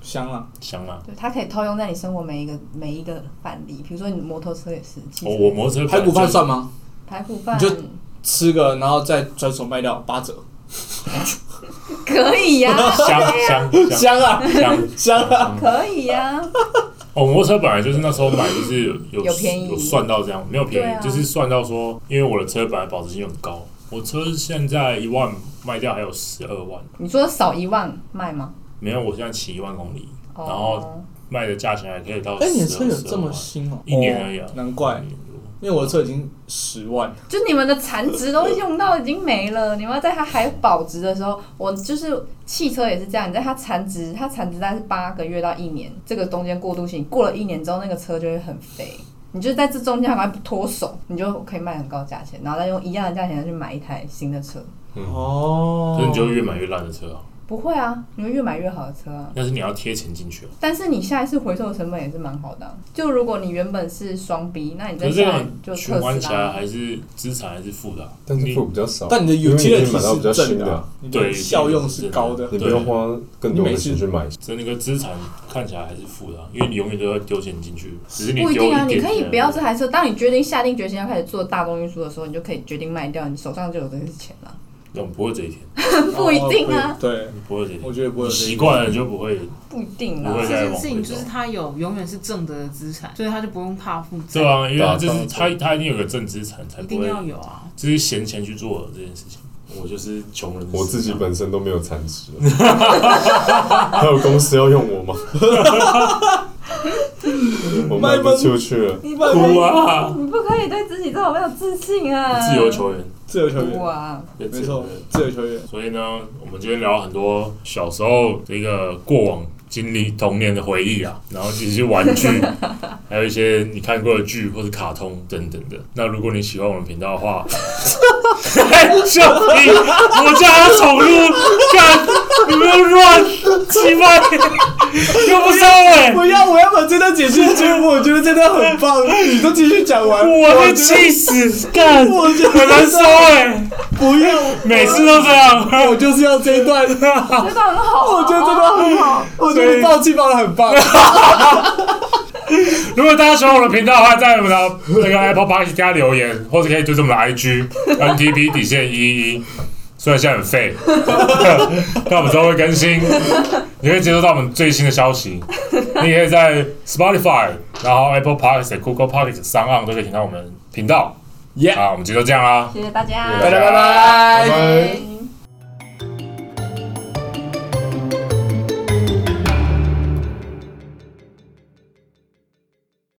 Speaker 1: 香了。
Speaker 2: 香啊！
Speaker 4: 对，它可以套用在你生活每一个每一个范例，比如说你摩托车也是，其
Speaker 2: 哦我
Speaker 4: 实
Speaker 2: 我摩托车
Speaker 1: 排
Speaker 2: 本来
Speaker 1: 骨
Speaker 2: 就
Speaker 1: 饭算吗？
Speaker 4: 排骨饭
Speaker 1: 你就吃个，然后再转手卖掉，八折。
Speaker 4: 可以呀、
Speaker 2: <laughs> 香香
Speaker 1: <laughs>
Speaker 2: 香
Speaker 1: 香啊，
Speaker 2: 香
Speaker 1: 香啊！
Speaker 4: 可以呀、
Speaker 2: 哦，摩托车本来就是那时候买，就是有
Speaker 4: 有便宜
Speaker 2: 有算到这样，没有便宜，
Speaker 4: 对啊
Speaker 2: 就是算到说，因为我的车本来保值金很高，我车现在一万卖掉还有十二万，
Speaker 4: 你说少一万卖吗？
Speaker 2: 没有，我现在骑一万公里，
Speaker 4: 哦，
Speaker 2: 然后卖的价钱还可以到12。
Speaker 1: 哎，你的车有这么
Speaker 2: 12
Speaker 1: 新哦？
Speaker 2: 一年而已啊
Speaker 1: 哦难怪
Speaker 2: 万，
Speaker 1: 因为我的车已经十万。
Speaker 4: 就你们的残值都用到已经没了，你们要在它还保值的时候，我就是汽车也是这样，你在它残值，它残值大概是八个月到一年，这个中间过渡期，你过了一年之后，那个车就会很肥。你就在这中间还不脱手，你就可以卖很高价钱，然后再用一样的价钱再去买一台新的车。
Speaker 3: 嗯，
Speaker 1: 哦
Speaker 2: 那你就越买越烂的车啊，
Speaker 4: 不会啊，你会越买越好的车啊。
Speaker 2: 但是你要贴钱进去啊。
Speaker 4: 但是你下一次回收的成本也是蛮好的啊、就如果你原本是双 B，那你
Speaker 2: 可
Speaker 4: 再
Speaker 2: 是这
Speaker 4: 下来就
Speaker 2: 种循
Speaker 4: 特
Speaker 2: 环
Speaker 4: 斯
Speaker 2: 起来
Speaker 4: 拉。
Speaker 2: 还是资产还是负的啊，
Speaker 3: 但是
Speaker 2: 你
Speaker 3: 付比较少，
Speaker 1: 但你的
Speaker 3: 因为你可
Speaker 1: utility
Speaker 3: 以买到比较
Speaker 1: 是正
Speaker 3: 新
Speaker 1: 的
Speaker 3: 的
Speaker 1: 啊，，你
Speaker 2: 对
Speaker 1: 的效用是高的。
Speaker 3: 你不用花更多的钱去买。
Speaker 2: 所以那个资产看起来还是负的啊，因为你永远都要丢钱进去，只是你
Speaker 4: 不一
Speaker 2: 丢
Speaker 4: 定啊，
Speaker 2: 点
Speaker 4: 你可以
Speaker 2: 钱
Speaker 4: 不要这台车。当你决定下定决心要开始做大众运输的时候，你就可以决定卖掉，你手上就有这些钱了。
Speaker 2: 我们不会这一天，
Speaker 4: 不一定啊
Speaker 1: 哦。对，
Speaker 2: 不会这一天
Speaker 1: 我。觉得不会有这一
Speaker 2: 习
Speaker 1: 天
Speaker 2: 惯了就不会。
Speaker 4: 不一定啊
Speaker 2: 不会再
Speaker 4: 啦。
Speaker 5: 这件
Speaker 2: 往
Speaker 5: 事
Speaker 2: 回
Speaker 5: 情
Speaker 2: 走
Speaker 5: 就是他有永远是正的资产，所以他就不用怕负债，
Speaker 2: 对啊，因为他就
Speaker 3: 对
Speaker 2: 是
Speaker 3: 啊
Speaker 2: 他他一定有个正资产，才
Speaker 5: 一
Speaker 2: 不
Speaker 5: 定
Speaker 2: 会
Speaker 5: 要有啊。
Speaker 2: 就是闲钱去做这件事情。我就是穷人的思想，
Speaker 3: 我自己本身都没有残值，还有公司要用我吗？我卖不出去了，
Speaker 4: 你不可
Speaker 2: 哭
Speaker 4: 以，
Speaker 2: 啊！
Speaker 4: 你不可以对自己这么没有自信啊！
Speaker 2: 自由球员，
Speaker 1: 自由球员，
Speaker 4: 哇，
Speaker 1: 没错
Speaker 2: 自
Speaker 1: 自由
Speaker 2: 由球员，
Speaker 1: 球员。
Speaker 2: 所以呢，我们今天聊了很多小时候的一个过往经历、童年的回忆啊， <laughs> 然后其实玩具， <laughs> 还有一些你看过的剧或者卡通等等的。那如果你喜欢我们频道的话，笑屁！哎我叫他宠物，干你们乱鸡巴，又不收尾。
Speaker 1: 哎不要，我要把这段解释清楚，我觉得真的很棒。你都继续讲完，
Speaker 2: 我
Speaker 1: 我觉得
Speaker 2: 被气死，干，
Speaker 1: 我觉得
Speaker 2: 很难受哎、
Speaker 1: 不要，
Speaker 2: 每次都这样。
Speaker 1: 我就是要这一段。
Speaker 4: 这段很好啊，
Speaker 1: 我觉得这段很 <laughs> 好，我觉得爆气爆的很棒。
Speaker 2: 如果大家喜欢我的频道的话，在我们的那个 Apple Podcast 底下留言，或者可以追踪我们的 IG NTP 底线一一一。虽然现在很废， <laughs> 但我们之后会更新，你可以接收到我们最新的消息。你也可以在 Spotify、然后 Apple Podcast、Google Podcast 上岸都可以听到我们频道。
Speaker 1: <laughs> 耶，
Speaker 2: 啊，我们今天就这样啦，
Speaker 4: 谢谢大家。
Speaker 1: 大家拜拜。